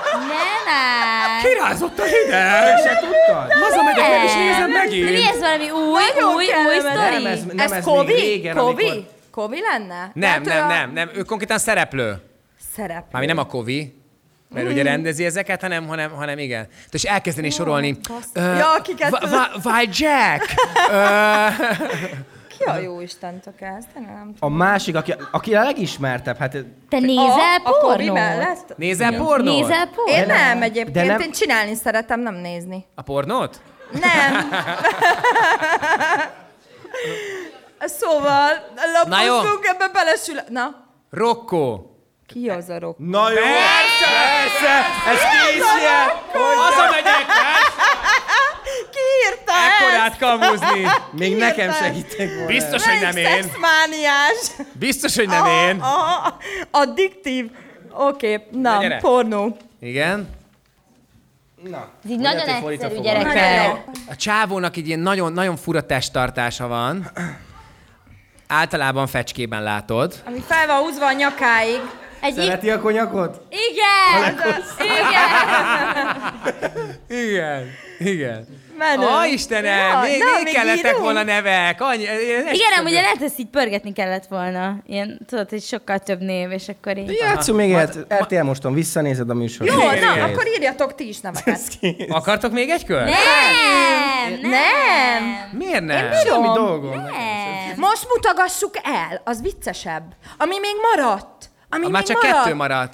E: már.
C: Kirázott a hideg.
G: Se tudtad?
C: Hazamegyek, Szóval meg is nézem
E: De mi
C: megint.
E: ez valami új,
D: Nagyon
E: új, új
D: kellemes.
E: sztori?
G: Nem, ez- nem,
D: ez,
G: ez még
D: Kovi?
G: régen,
D: Kovi?
G: amikor-
D: Kovi lenne? Hát
C: Nem,
D: ő
C: nem,
D: a
C: nem, nem. Ő konkrétan szereplő.
D: Szereplő.
C: Mármint nem a Kovi, mert
D: Mm.
C: ugye rendezi ezeket, hanem, hanem, hanem igen. És elkezdeni sorolni. Ö,
D: Ja, akiket
C: Va- va- Vaj Jack!
D: Ki a jó Isten ez? De nem tudom.
G: A másik, aki, aki a legismertebb, hát...
E: Te
D: A-
E: nézel
D: a Kovi
E: pornót?
D: mellett?
C: Nézel pornót?
E: Nézel
D: Én
E: pornót?
D: nem egyébként,
G: nem-
D: én csinálni szeretem, nem nézni.
C: A pornót?
D: Nem. szóval,
C: Na jó.
D: lapoztunk, ebbe belesül... Na,
C: Rocco.
D: ki az a rok?
G: Na jó!
C: Persze,
G: Persze! Ez készje!
C: Hazamegyek, hát
D: Ki írta ezt?
C: ekkorát kamuzni.
G: Még nekem segítek volna.
C: Biztos, hogy nem
D: Melyik
C: én.
D: szexmániás?
C: Biztos, hogy
D: Ah.
C: nem én.
D: Aha, addiktív. Oké, okay, na,
C: Na, gyere.
D: pornó.
C: Igen.
E: Ez így nagyon egyszerű
D: Nagyon
E: gyerekek.
D: jó.
C: A csávónak egy ilyen nagyon, nagyon fura testtartása van. Általában fecskében látod.
D: Ami fel van húzva a nyakáig.
E: Egy i-
G: Szereti a konyakot?
E: igen, igen.
C: Igen. Igen.
D: Menő.
C: Ó, Istenem, még,
D: na,
C: még kellettek
D: írunk?
C: volna nevek. Annyi, ilyen
E: Igen,
C: esküvő.
E: nem, ugye lehet, ezt így pörgetni kellett volna. Ilyen, tudod, hogy sokkal több név, és akkor így.
G: Játszunk még egyet. RTL moston visszanézed a műsort.
D: Jó,
G: Kész.
D: na, akkor írjatok ti is neveket.
C: Akartok még egy kör?
E: Nem,
D: Nem.
C: Miért nem?
G: Semmi dolgom.
E: nem.
D: Most mutogassuk el, az viccesebb. Ami még maradt. Ami
C: Ha
D: még
C: már csak
D: maradt.
C: kettő maradt.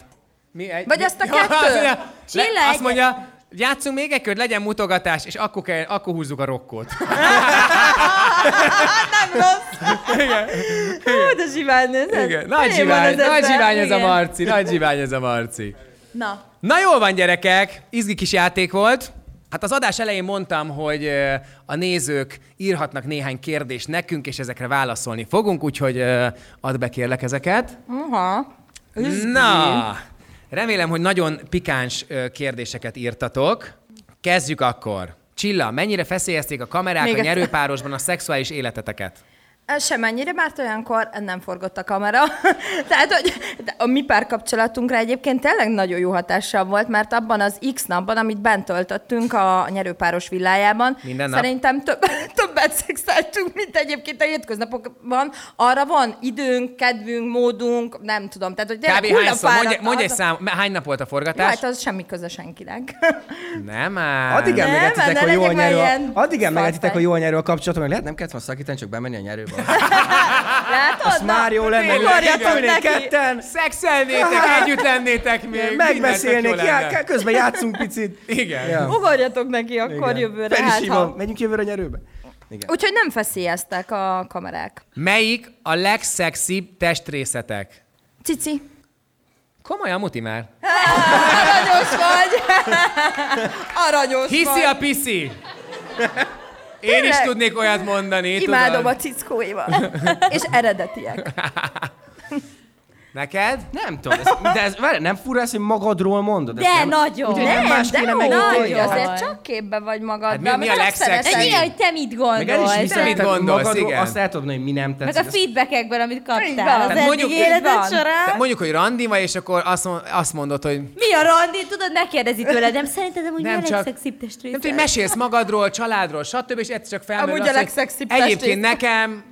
C: Mi egy,
D: Vagy
C: mi-
D: azt a
C: Ja,
D: kettő?
C: azt mondja, le,
E: Csilla
C: azt
E: egyet.
C: mondja, játszunk még egy kört, legyen mutogatás, és akkor, kell, akkor húzzuk a rokkot.
D: Hát, Nem rossz. Hú, de zsivány nézed.
C: Igen. Nagy
D: Elég van
C: zsivány,
D: az
C: nagy
D: ember.
C: zsivány ez a
D: Igen.
C: Marci, nagy zsivány ez a Marci.
D: Na,
C: Na jól van gyerekek, izgi kis játék volt. Hát az adás elején mondtam, hogy ö, a nézők írhatnak néhány kérdést nekünk, és ezekre válaszolni fogunk, úgyhogy ö, add be kérlek ezeket.
D: aha.
C: Na, remélem, hogy nagyon pikáns ö, kérdéseket írtatok. Kezdjük akkor. Csilla, mennyire feszélyezték a kamerák
D: Még
C: a
D: egyszer.
C: nyerőpárosban a szexuális életeteket?
D: Semennyire, mert olyankor nem forgott a kamera. Tehát, hogy de a mi párkapcsolatunkra egyébként tényleg nagyon jó hatással volt, mert abban az X napban, amit bent töltöttünk a nyerőpáros villájában,
C: Minden nap.
D: szerintem több, többet szexeltünk, mint egyébként a hétköznapokban. Arra van időnk, kedvünk, módunk, nem tudom. Tehát, hogy
C: Kb. hányszor? Mondj,
D: hullafáradt
C: mondj egy
D: az-
C: szám, hány nap volt a
D: Jó,
C: forgatás?
D: hát az semmi köze senkinek.
C: Nem már.
G: Addig
D: Nem,
G: emlegetitek,
D: ne
G: hogy jó a
D: legyek már
G: nyerő.
D: ilyen
G: Addig emlegetitek,
D: szarfej.
G: hogy jó a nyerő a kapcsolatom, meg lehet nem kellett volna szakítani, csak bemenni a nyerőbe.
D: Látod? Hát
G: Azt
D: Na, hát
G: már jó lenne, hogy
D: ugorjatok
G: ülnénk
D: neki.
G: ketten,
C: Szexelnétek,
D: Ah.
C: együtt lennétek még.
G: megbeszélnék,
C: mindent tök jó
G: já-
C: lenne.
G: ke- közben játszunk picit.
C: Igen.
G: Ja.
D: Ugorjatok neki akkor jövőre.
G: Fel is
D: hát, ha
G: hívom, megyünk jövőre a nyerőbe. Igen.
D: Úgyhogy nem feszélyeztek a kamerák.
C: Melyik a legszexibb testrészetek?
D: Cici.
C: Komolyan, Muti már.
D: Aranyos vagy! Aranyos
C: Hiszi
D: vagy!
C: a piszi! Én is
D: Tényleg?
C: tudnék olyat mondani,
D: Imádom
C: tudod?
D: a cickóimat. És eredetiek.
C: Neked?
G: Nem tudom, ez, de ez, várj, nem fura ez, hogy magadról mondod?
E: De
G: ezt nem,
E: nagyon.
G: Ugye,
E: Nem,
G: nem, más
D: de
G: kéne
D: úgy,
G: megítélni? Hát,
E: nagyon.
D: azért csak képbe vagy magad.
C: Hát mi- mi a legszexi?
E: Ez ilyen, hogy te mit
G: Meg el is
E: gondolsz.
G: viszem,
C: Mit
G: mit gondolsz,
C: gondolsz,
G: magadról,
C: igen.
G: azt el tudom, hogy mi nem
E: Meg
G: tetszik.
E: a
G: azt-
E: feedbackekből, amit
D: Így
E: kaptál
D: van.
E: az
D: Tehát
E: eddig
C: mondjuk-
D: Így
E: életed
D: van.
E: során.
C: Mondjuk, hogy randi vagy, és akkor azt, mond- azt mondod, hogy
E: Mi a randi? Tudod, megkérdezi tőled, nem szerinted amúgy
C: nem
E: mi a
C: csak...
E: legszexibb testrészed?
C: Nem tudom, hogy mesélsz magadról, családról, stb. És egyszer csak felmerül
H: Amúgy a
C: az, hogy
H: legszexibb
C: Egyébként
H: testrész.
C: nekem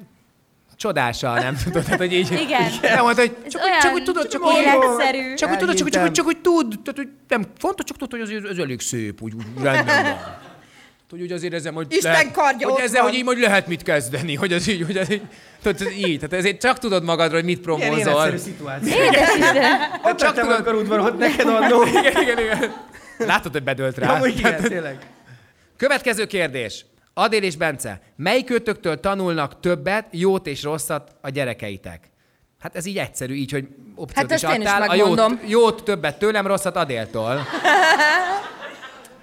C: csodással, nem tudod, tehát, hogy így...
E: Igen.
C: Nem mondta, hogy
E: Ez
C: csak,
E: olyan
C: úgy, csak úgy tudod, csak úgy...
E: életszerű.
C: Csak úgy tudod, csak, úgy- csak, úgy- csak úgy tud, tehát hogy nem fontos, csak tudod, hogy az, az elég szép, úgy, úgy rendben van. Tudod, Hogy úgy azért ezzel, hogy,
H: Isten kardja
C: hogy
H: ott
C: ezzel,
H: van.
C: hogy így hogy lehet mit kezdeni, hogy az így, hogy az így, tudod, ez így, tehát ezért csak tudod magadról, hogy mit
G: Milyen
C: promózol.
G: életszerű szituáció.
E: Édes Isten.
G: Ott csak
C: tudod-
G: tudod. udvaron, ott neked annó.
C: Igen, igen, igen. Látod, hogy bedölt rá. Hát,
G: Amúgy igen, tényleg.
C: Következő kérdés. Adél és Bence, melyikőtöktől tanulnak többet, jót és rosszat a gyerekeitek? Hát ez így egyszerű, így, hogy opciót
D: Hát
C: is
D: ezt én is
C: adtál. a jót,
D: megmondom.
C: jót többet tőlem, rosszat Adéltól.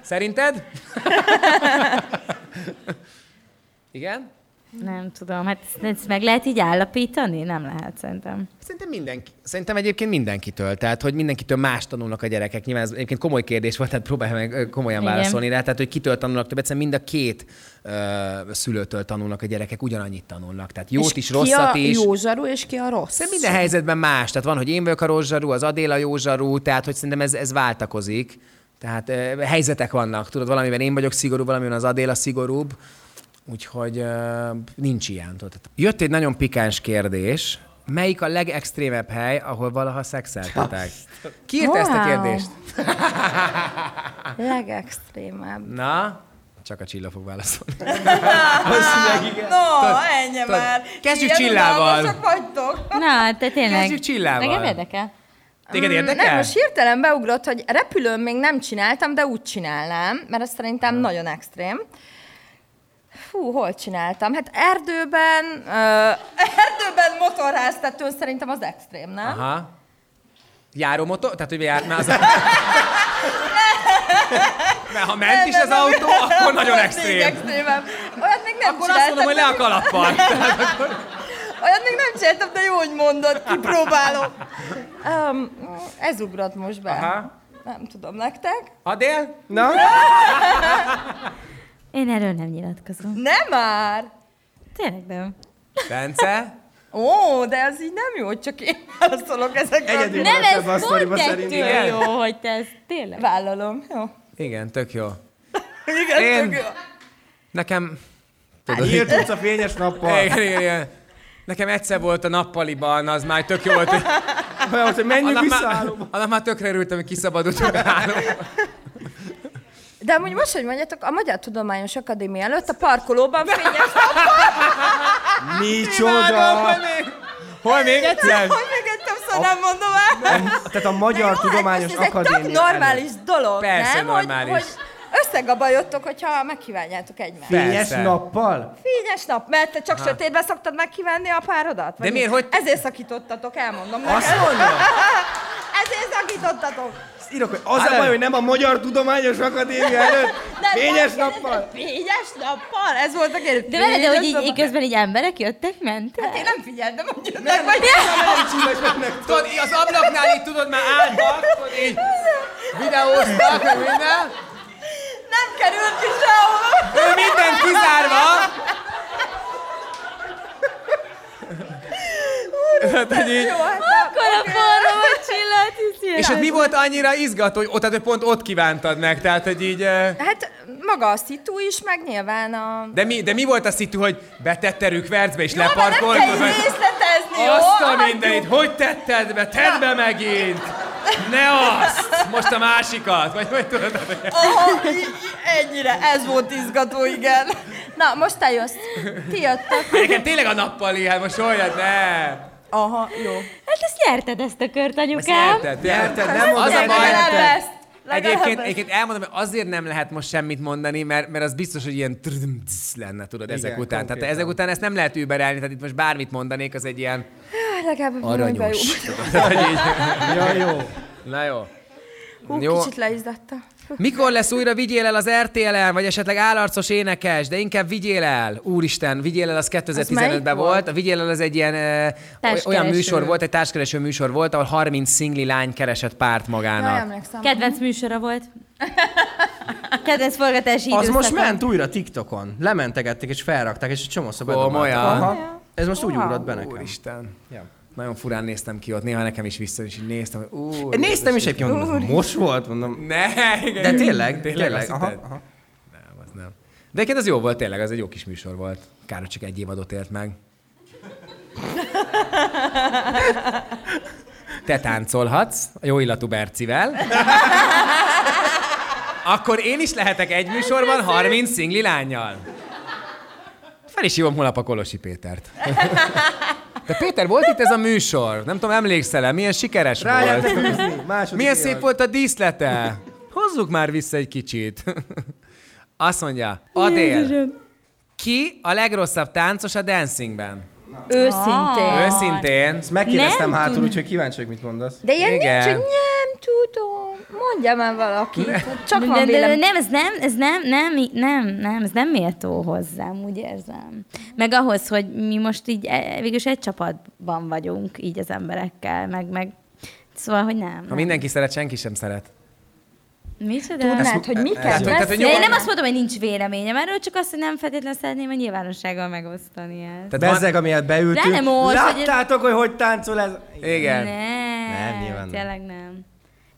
C: Szerinted? Igen?
E: Nem tudom, hát ezt, ezt meg lehet így állapítani? Nem lehet, szerintem.
C: Szerintem mindenki. Szerintem egyébként mindenkitől. Tehát, hogy mindenkitől más tanulnak a gyerekek. Nyilván ez egyébként komoly kérdés volt, tehát próbálj meg ö, komolyan
E: Igen.
C: válaszolni rá. Tehát, hogy kitől tanulnak többet, egyszerűen mind a két ö, szülőtől tanulnak a gyerekek, ugyanannyit tanulnak. Tehát jót
H: És
C: is, rosszat
H: ki a
C: is.
H: jó zsaru, és ki a rossz?
C: Szerintem minden helyzetben más. Tehát van, hogy én vagyok a rossz zsarú, az Adél a jó zsarú, tehát hogy szerintem ez, ez váltakozik. Tehát ö, helyzetek vannak, tudod, valamiben én vagyok szigorú, valamiben az Adél a szigorúbb. Úgyhogy ö, nincs ilyen. Tudod. Jött egy nagyon pikáns kérdés. Melyik a legextrémebb hely, ahol valaha szexeltetek? Ki írta ezt a
D: Wow.
C: kérdést?
D: Legextrémebb.
C: Na, csak a Csilla fog válaszolni.
H: No, ennyi
C: tudod,
H: már.
C: kezdjük
H: Ilyen
C: Csillával.
H: unalmasak vagytok.
E: Na, te tényleg.
C: Kezdjük Csillával.
E: Engem érdekel.
C: Téged érdekel?
D: Mm, Hmm, Nem, most hirtelen beugrott, hogy repülőn még nem csináltam, de úgy csinálnám, mert ez szerintem nagyon extrém. Fú, hol csináltam? Hát erdőben, ö, erdőben motorháztetőn szerintem az extrém, nem? Aha.
C: Aha. Járó motor? Tehát, hogy járná az Mert ha ment is az autó, akkor nagyon
D: Még
C: extrém.
D: extrémem. Olyat még nem
C: Akkor azt
D: csináltam.
C: mondom, hogy le a kalappal.
D: Olyat még nem csináltam, de jó, hogy mondod, kipróbálom. Um, ez ugrott most be.
C: Aha.
D: Nem tudom, nektek?
C: Adél?
G: Na?
E: Én erről nem nyilatkozom.
D: Nem már!
E: Tényleg nem.
C: Bence?
D: Ó, de az így nem jó, hogy csak én válaszolok ezekről.
G: Egyedül
E: Nem,
G: volt ebbe a
E: ez
G: sztoriba
E: pont
G: szerintem.
E: ettől
C: Igen.
E: jó, hogy te ezt tényleg.
D: Vállalom, jó.
C: Igen, tök jó.
D: Igen,
C: Én-
D: Én... tök jó.
C: Nekem...
G: Nyílt utca fényes nappal.
C: Igen, igen, igen. Nekem egyszer volt a nappaliban, az már tök jó volt. hogy-
G: Olyan, volt, hogy menjünk
C: Annak
G: vissza.
C: már, annak már tökre örültem, hogy kiszabadultunk a hálóba.
D: De amúgy most, hogy mondjátok, a Magyar Tudományos Akadémia előtt a parkolóban fényes,
G: Micsoda!
C: Hol még egyszer?
D: hogy még egy többször nem mondom el.
G: Tehát a Magyar
D: Jó, hát
G: Tudományos
D: most
G: Akadémia.
D: Ez egy tök normális dolog,
C: Persze,
D: nem?
C: normális.
D: Hogy, hogy összegabajodtok, hogyha megkívánjátok egymást.
G: előtt. Fényes
C: Persze.
G: nappal?
D: Fényes nap, mert te csak sötétben szoktad megkívánni a párodat? vagy
C: De miért,
D: mi?
C: hogy-
D: Ezért szakítottatok, elmondom neked.
G: Azt mondja?
D: Ezért szakítottatok.
G: Azt írok, hogy az a
C: Adam.
G: baj, hogy nem a Magyar Tudományos Akadémia előtt. Fényes
D: nem kell
G: nappal?
D: ez- Fényes nappal? Ez volt a kérdés.
E: De veled, de hogy
D: Fényes
E: így,
D: nappal?
E: így közben így emberek jöttek, mentek?
C: Hát
D: Én nem figyeltem, hogy jönnek vagy.
C: Tudod, így az ablaknál így tudod, már állnak, tudod, így videóztak, meg minden.
D: Nem került ki sehova.
C: Ő minden kizárva. Hát, hogy így,
D: Jó, hát
E: Akkor a forró a csillat, hiszi
C: és
E: el.
C: ott mi volt annyira izgató, hogy ott, tehát, hogy pont ott kívántad meg, tehát hogy így... eh,
D: Hát maga a szitu is, meg nyilván a...
C: De mi, de mi volt a szitu, hogy betetted rükvercbe és
D: Jó, mert nem kell
C: leparkoltad?
D: így
C: vagy-
D: részletezni, jó?
C: Azt a
D: Hagyjuk.
C: mindenit, hogy tetted be? Tedd be megint! Ne azt! Most a másikat! Vagy, vagy tudod, tehát-
D: Aha, i- i- ennyire, ez volt izgató, igen. Na, most te jössz. Ti jöttök.
C: Nekem tényleg a nappali, hát most olyat, ne!
D: Aha, jó.
E: Hát ezt nyerted ezt a kört, anyukám.
C: Nyerted, nyerted,
G: nem
C: az a
G: mondtad
C: baj,
G: el.
D: Legalább ezt.
C: Egyébként, egyébként elmondom, hogy azért nem lehet most semmit mondani, mert, mert az biztos, hogy ilyen trrrm, tsz lenne, tudod, ezek
G: Igen,
C: után. Tehát
G: konkrétan.
C: ezek után ezt nem lehet überelni, tehát itt most bármit mondanék, az egy ilyen
J: Legalább
C: aranyos.
J: Aranyos.
C: tudod, hogy így-
G: Ja, jó.
C: Na jó.
J: Hú,
C: Jó.
J: kicsit leizzadta.
C: Mikor lesz újra vigyél el az RTL-en, vagy esetleg állarcos énekes, de inkább vigyél el. Úristen, vigyél el, az 2015-ben
J: melyik
C: volt. A vigyél el az egy ilyen ö, oly- olyan
E: Társkereső.
C: műsor volt, egy társkereső műsor volt, ahol 30 szingli lány keresett párt
J: Jaj,
C: magának.
J: emlékszem.
E: Kedvenc műsora volt. Kedvenc forgatási
G: Az
E: időszaka.
G: most ment újra TikTokon. Lementegették és felrakták, és egy csomószor bedobálták.
C: Komolyan?
G: Aha. Ez most úgy ugrott be nekem.
C: Úristen.
G: Ja.
C: Nagyon furán néztem ki ott, néha nekem is vissza, és így néztem, hogy ú,
G: Én néztem is egyébként, mondom, ez most volt, mondom.
C: Ne, igen.
G: De tényleg,
C: azt
G: tényleg. Aha,
C: hitted?
G: aha.
C: Nem, az nem. De egyébként az jó volt tényleg, az egy jó kis műsor volt. Kár, hogy csak egy évadot élt meg. Te táncolhatsz a jó illatú Bercivel. Akkor én is lehetek egy műsorban 30 szingli lányjal. Fel is hívom holnap a Kolosi Pétert. De Péter, volt itt ez a műsor. Nem tudom, emlékszel-e, milyen sikeres
G: Rájön
C: volt.
G: televízió, második
C: Milyen
G: évad.
C: szép volt a díszlete! Hozzuk már vissza egy kicsit. Azt mondja, Adél, ki a legrosszabb táncos a dancingben?
J: Őszintén.
C: Őszintén.
G: Ezt megkérdeztem
E: Nem
G: hátul,
E: tudom.
G: úgyhogy kíváncsi vagyok, mit mondasz.
D: De ilyen
C: Igen.
D: nincs, hogy nem tudom. Mondja már valaki. Csak
E: de,
D: van
E: de, de,
D: vélem.
E: nem, ez nem, ez nem, nem, nem, nem, ez nem méltó hozzám, úgy érzem. Meg ahhoz, hogy mi most így eh, végülis egy csapatban vagyunk, így az emberekkel, meg, meg Szóval, hogy nem.
C: Ha mindenki szeret, senki sem szeret.
E: Micsoda?
D: Tudnád, hogy mi kell
C: Tehát, hogy- e- tehát, hogy
D: beszélni?
E: De én nem
C: nyomorult-
E: azt mondom, hogy nincs véleményem erről, csak azt, hogy nem feltétlenül szeretném a nyilvánossággal megosztani ezt.
C: Tehát
G: Bezzeg, amiért
E: De
G: beültünk.
E: nem most, hogy-
G: Láttátok, hogy hogy táncol ez?
C: Igen.
E: Nem,
G: Nem, nyilván nem.
E: tényleg nem.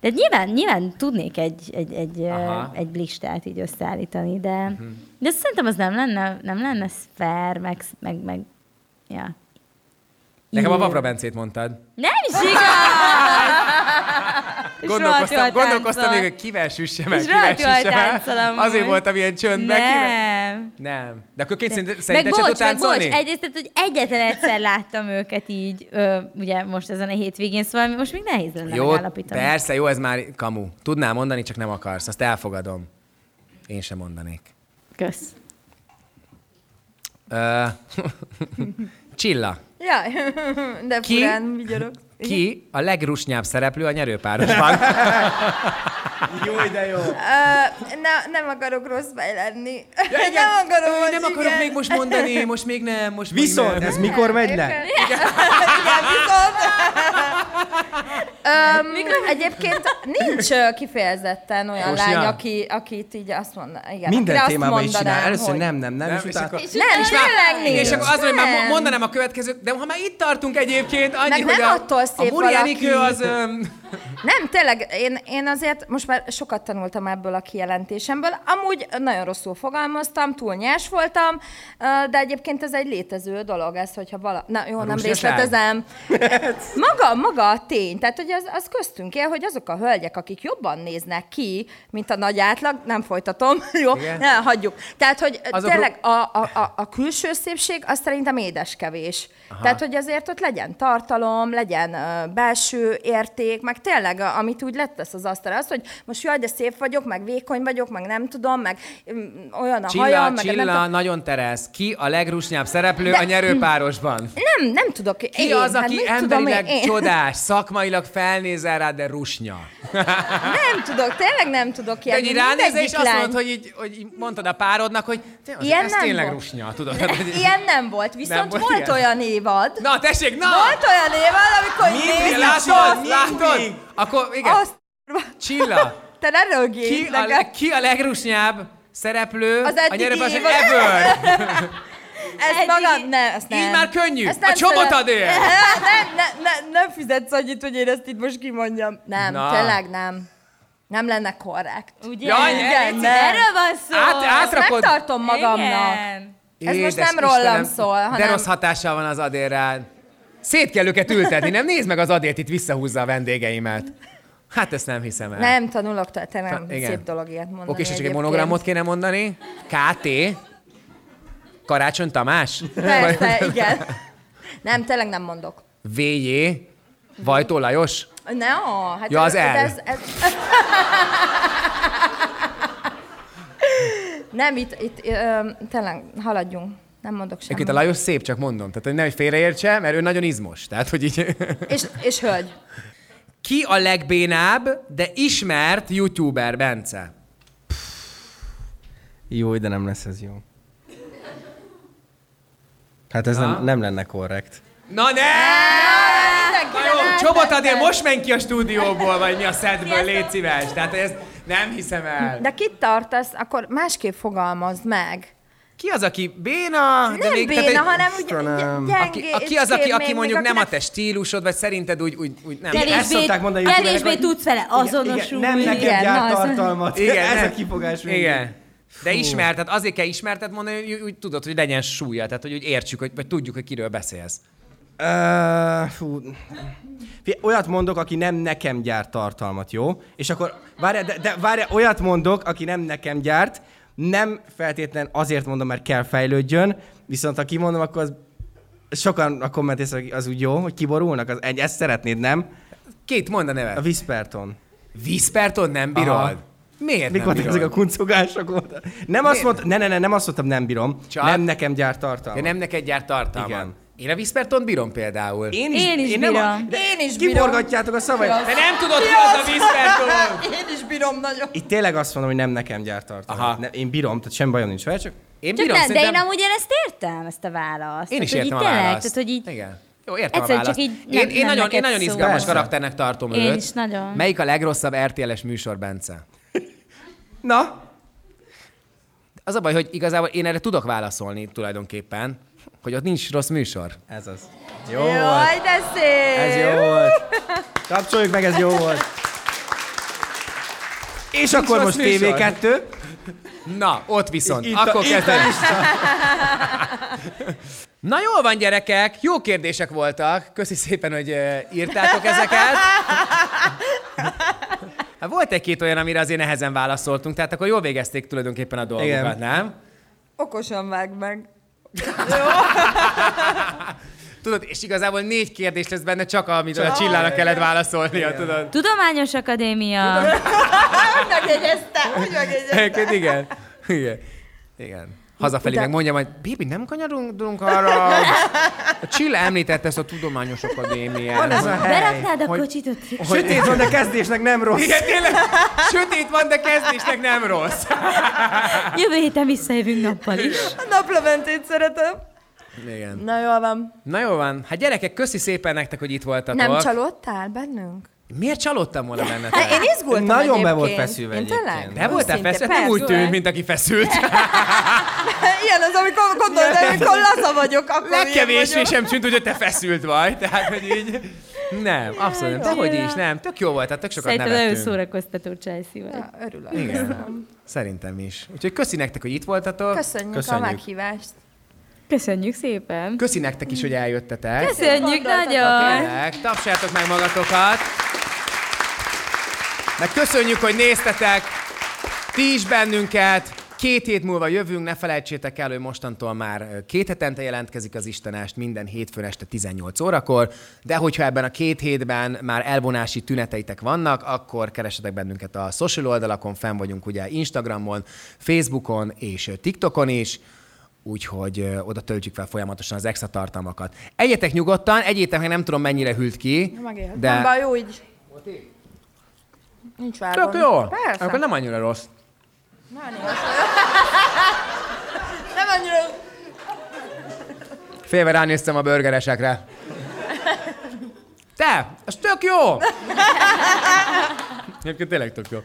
E: De nyilván, nyilván tudnék egy, egy, egy, ö,
C: Aha. Mhm.
E: egy listát így összeállítani, de, de szerintem az nem lenne, nem lenne fair, meg, meg, meg ja.
C: Nekem a Vavra Bencét mondtad.
E: Nem is igaz! És rohadt jól
C: Gondolkoztam,
E: táncol.
C: gondolkoztam még, hogy kivel süssem el,
E: És
C: kivel
E: rohadt jól
C: süssem el.
E: táncolom
C: Azért
E: most.
C: voltam ilyen csöndben. kivel-
E: Nem.
C: Nem. De akkor két szerinted
E: Meg
C: szerinted se tud
E: bocs, meg bocs,
C: táncolni?
E: egyrészt, tehát, hogy egyetlen egyszer láttam őket így, ö, ugye most ezen a hétvégén, szóval most még nehéz lenne
C: Jó,
E: megállapítani.
C: persze, jó, ez már kamu. Tudnál mondani, csak nem akarsz. Azt elfogadom. Én sem mondanék.
E: Kösz.
C: Ö, Csilla,
D: Jaj, de
C: Ki?
D: furán vigyorok.
C: ki a legrusnyább szereplő a nyerőpárosban?
G: Jó, de jó.
D: ne, nem akarok rossz fej lenni. nem akarom, hogy
C: nem akarok
D: igen.
C: még most mondani, most még nem, most
G: Viszont,
C: még nem.
G: ez mikor megy le?
D: Igen, igen, Hát viszont. Öm, egyébként nincs ö, kifejezetten olyan
C: Kósia?
D: lány, aki, akit így azt mondaná. Igen, akire
G: Minden
D: azt
G: témában is
D: mondanám,
G: csinál. Először
D: hogy-
G: nem, nem, nem, és
C: és
G: utána...
C: akkor-
D: Nem,
C: És már-
D: tényleg nincs.
C: És akkor az, hogy már mo-
D: Nem.
C: mondanám a következőt, de ha már itt tartunk egyébként, annyi,
D: Meg
C: hogy
D: nem
C: a,
D: attól
C: a
D: szép
C: Murjánikő
D: valaki.
C: az... öm,
D: Nem, tényleg, én, én azért most már sokat tanultam ebből a kijelentésemből. Amúgy nagyon rosszul fogalmaztam, túl nyers voltam, ö, de egyébként ez egy létező dolog, ez, hogyha vala... Na jó, nem
C: rusnyaság?
D: részletezem. Maga, maga a tény, tehát hogy az, az köztünk él, hogy azok a hölgyek, akik jobban néznek ki, mint a nagy átlag, nem folytatom, jó,
C: Igen.
D: ne, hagyjuk. Tehát, hogy
C: Azok-
D: azok tényleg a, a, a, a külső szépség az szerintem édeskevés. Aha. Tehát, hogy azért ott legyen tartalom, legyen ö, belső érték, meg tényleg, a- amit úgy letesz az asztalra, az, hogy most jaj, de szép vagyok, meg vékony vagyok, meg nem tudom, meg mm, olyan a
C: Csilla,
D: hajam, meg nem
C: Csilla,
D: tudom.
C: nagyon teresz. Ki a legrusnyább szereplő a nyerőpárosban?
D: Nem, nem tudok.
C: Ki
D: én,
C: az,
D: hát
C: aki
D: mit
C: hát
D: tudom én?
C: emberileg
D: Én.
C: csodás, szakmailag felnézel rá, de rusnya?
D: Nem tudok, tényleg nem tudok
C: Te
D: ilyen.
C: így ránézel, és
D: Mindegyik
C: azt
D: lány.
C: mondod, hogy így, hogy így mondtad a párodnak, hogy te az,
D: Ilyen
C: ez
D: nem
C: tényleg
D: volt.
C: rusnya, tudod? Hát, hogy-
D: Ilyen nem volt, viszont
C: volt
D: volt, volt
C: ilyen?
D: olyan évad,
C: Na, tessék, na!
D: volt olyan évad, amikor
C: Mindig
D: nézd,
C: látod, látod?
G: mindig.
C: Akkor igen,
D: azt,
C: Csilla,
D: te ne rögjél
C: ki
D: nekem.
C: a, ki a legrusnyább szereplő
D: Az
C: a
D: eddigi
C: nyerőpáros
D: évad.
C: ever?
D: Ezt magad nem, ezt nem.
C: Így már könnyű.
D: Ezt
C: A
D: nem
C: csobot
D: szeret-
C: adél.
D: Nem, nem, nem, nem fizetsz annyit, hogy én ezt itt most kimondjam. Nem,
C: Na.
D: tényleg nem. Nem lenne korrekt.
E: Ugye?
C: Jaj, Hát,
D: Igen,
E: Léci,
D: nem.
E: Erről van szó.
C: Át, átrakod.
D: Megtartom magamnak.
E: Igen.
D: Ez most
C: Édes
D: nem rólam
C: Istenem,
D: szól,
C: De
D: hanem-
C: rossz hatással van az adérrel. Szét kell őket ültetni, nem? Nézd meg az adért, itt visszahúzza a vendégeimet. Hát ezt nem hiszem el.
D: Nem tanulok tőle, te nem
C: Ta- igen.
D: szép dolog ilyet mondani
C: Oké, és csak egy
D: egyébként.
C: monogramot kéne mondani. KT. Karácsony Tamás.
D: Persze, igen. Nem, tényleg nem mondok.
C: VJ. Vajtó Lajos.
D: No, hát
C: Ja, az
D: ez,
C: L.
D: ez, ez,
H: Nem, itt, itt ö, tényleg haladjunk. Nem mondok semmit.
C: Egyébként a Lajos szép, csak mondom. Tehát hogy nehogy félreértse, mert ő nagyon izmos. Tehát, hogy így...
H: És, és hölgy.
C: Ki a legbénább, de ismert youtuber, Bence?
G: Jó, de nem lesz ez jó. Hát ez nem, nem lenne korrekt.
C: Na ne! Na jó, Csoba Tadél, most menj ki a stúdióból, vagy mi a szedből, légy szíves. Tehát ezt nem hiszem el.
H: De kit tartasz, akkor másképp fogalmazd meg.
C: Ki az, aki béna, Hát de
H: nem
C: még...
H: béna,
C: tehát, hogy-
H: hanem úgy
G: Istenem.
H: gyengé.
C: Aki, aki az, aki,
H: még-
C: aki
H: még
C: mondjuk nem a
H: akinek-
C: te stílusod, vagy szerinted úgy, úgy, úgy nem.
G: Kevés- ezt
E: Kevésbé,
G: szokták mondani a
E: kevésbé
G: youtuberek, hogy-
E: tudsz vele azonosulni.
G: nem nekem
H: Igen, na,
G: gyárt
H: az-
G: tartalmat.
C: Igen,
G: ez
C: nem.
G: a kifogás. mindig.
C: Igen. De ismert, tehát azért kell ismertet mondani, hogy úgy, úgy tudod, hogy legyen súlya, tehát hogy úgy értsük, hogy, vagy tudjuk, hogy kiről beszélsz.
G: Ö, fú. Fi, Olyat mondok, aki nem nekem gyárt tartalmat, jó? És akkor várjál, de, de várjál, olyat mondok, aki nem nekem gyárt, nem feltétlen azért mondom, mert kell fejlődjön, viszont ha kimondom, akkor az sokan a kommentészek az úgy jó, hogy kiborulnak, az, egy, ezt szeretnéd, nem?
C: Két mond a neve.
G: A Whisperton.
C: Vízperton nem bírod?
G: Aha.
C: Miért
G: Mik
C: nem
G: voltak
C: bírod?
G: ezek a kuncogások? Oda? Nem azt mondtam, ne, ne, ne, nem azt mondtam, nem bírom.
C: Csak-
G: Nem nekem gyárt tartalmat.
C: De nem neked gyár tartalma.
G: Igen.
C: Én a Vízperton bírom például.
G: Én
E: Én is
G: nem a-
E: bírom.
G: de
H: Én is bírom.
G: Kiborgatjátok a szavakat.
C: De nem tudod, ki az a Vízperton!
H: Én is bírom nagyon.
G: Itt tényleg azt mondom, hogy nem nekem gyárt tartalmat.
C: Aha.
G: Ne, én bírom, tehát semmi bajom nincs vele, csak...
C: Én
E: Csak
C: bírom,
E: nem, de
C: szerintem...
E: én amúgy én ezt értem, ezt a választ.
C: Én is
E: Tehát, hogy
C: értem a
E: így tényleg,
C: választ.
E: Tehát, hogy így
C: Igen. Jó, értem
E: Egyszerűen
C: a
E: csak
C: választ.
E: így
C: én,
E: nem-
C: én,
E: nem
C: nagyon, én
E: neked
C: nagyon
E: szól.
C: izgalmas
G: Persze.
C: karakternek tartom
E: Én
C: őt.
E: is nagyon.
C: Melyik a legrosszabb RTL-es műsor, Bence?
G: Na,
C: Az a baj, hogy igazából én erre tudok válaszolni tulajdonképpen, hogy ott nincs rossz műsor.
G: ez az. Jó volt.
C: hát
H: Jaj, de szép!
G: Ez jó volt. Kapcsoljuk meg, ez jó volt. És akkor
C: rossz
G: most
C: műsor.
G: TV2.
C: Na, ott viszont.
G: Itt
C: Itt,
G: a-
C: Akkor
G: itt a
C: kezdem. Na jól van, gyerekek, jó kérdések voltak. Köszi szépen, hogy ö, írtátok ezeket. Hát volt egy-két olyan, amire azért nehezen válaszoltunk, tehát akkor jól végezték tulajdonképpen a dolgokat,
G: Igen.
C: nem?
H: Okosan vág meg.
C: Tudod, és igazából négy kérdés lesz benne, csak amit a csillának kellett válaszolnia, tudod.
E: Tudományos Akadémia.
H: Hogy megjegyezte? Hogy megjegyezte?
C: Egyébként igen. Igen. Igen. Hazafelé meg mondja majd, Bibi, nem kanyarodunk arra. A Csilla említette ezt a Tudományos Akadémiát.
G: Van ez a hely.
E: Beraknád a kocsit ott.
G: Sötét van, de kezdésnek nem rossz.
C: Igen, tényleg, sötét van, de kezdésnek nem rossz.
E: Jövő héten visszajövünk nappal is.
H: A naplementét szeretem.
C: Igen.
H: Na jól van.
C: Na jó van. Hát gyerekek, köszi szépen nektek, hogy itt voltatok.
H: Nem csalódtál bennünk?
C: Miért csalódtam volna bennetek?
H: Hát én izgultam
G: Nagyon be volt
H: egyébként.
G: feszülve
H: Én tényleg?
G: egyébként.
C: De voltál
H: Őszinte,
C: feszült? Nem úgy
H: persze.
C: tűnt, mint aki feszült.
H: Ilyen az, amikor gondolod, hogy amikor laza vagyok, akkor ilyen
C: Legkevésbé
H: vagyok.
C: sem tűnt, hogy te feszült vagy. Tehát, hogy így... Nem, abszolút nem. Dehogy is, nem. Tök jó volt, tehát tök sokat
E: Szerintem
C: nevettünk.
E: nagyon szórakoztató csájszi vagy.
H: Örülök.
C: Igen. Szerintem is. Úgyhogy köszi nektek, hogy itt voltatok. Kösz.
H: Köszönjük,
G: Köszönjük.
H: Köszönjük a meghívást.
E: Köszönjük szépen.
C: Köszi nektek is, hogy eljöttetek.
E: Köszönjük nagyon.
C: Tényleg, tapsáltok meg magatokat. Meg köszönjük, hogy néztetek. Ti is bennünket. Két hét múlva jövünk, ne felejtsétek el, hogy mostantól már ö, két hetente jelentkezik az Istenást minden hétfőn este 18 órakor, de hogyha ebben a két hétben már elvonási tüneteitek vannak, akkor keresetek bennünket a social oldalakon, fenn vagyunk ugye Instagramon, Facebookon és ö, TikTokon is úgyhogy ö, oda töltjük fel folyamatosan az extra tartalmakat. Egyetek nyugodtan, egyétek meg nem tudom mennyire hűlt ki,
H: Megélhetem.
C: de
H: Nem baj, jó így. Nincs vágom.
C: tök jó,
H: Persze.
C: akkor nem annyira rossz.
H: Nem annyira...
C: Félve ránéztem a burgeresekre. Te, az tök jó! Egyébként tényleg tök jó.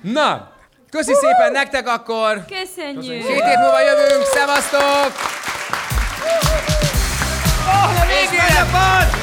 C: Na, köszi szépen nektek akkor!
E: Köszönjük.
C: Két év múlva jövünk, szevasztok! Oh, na végére van!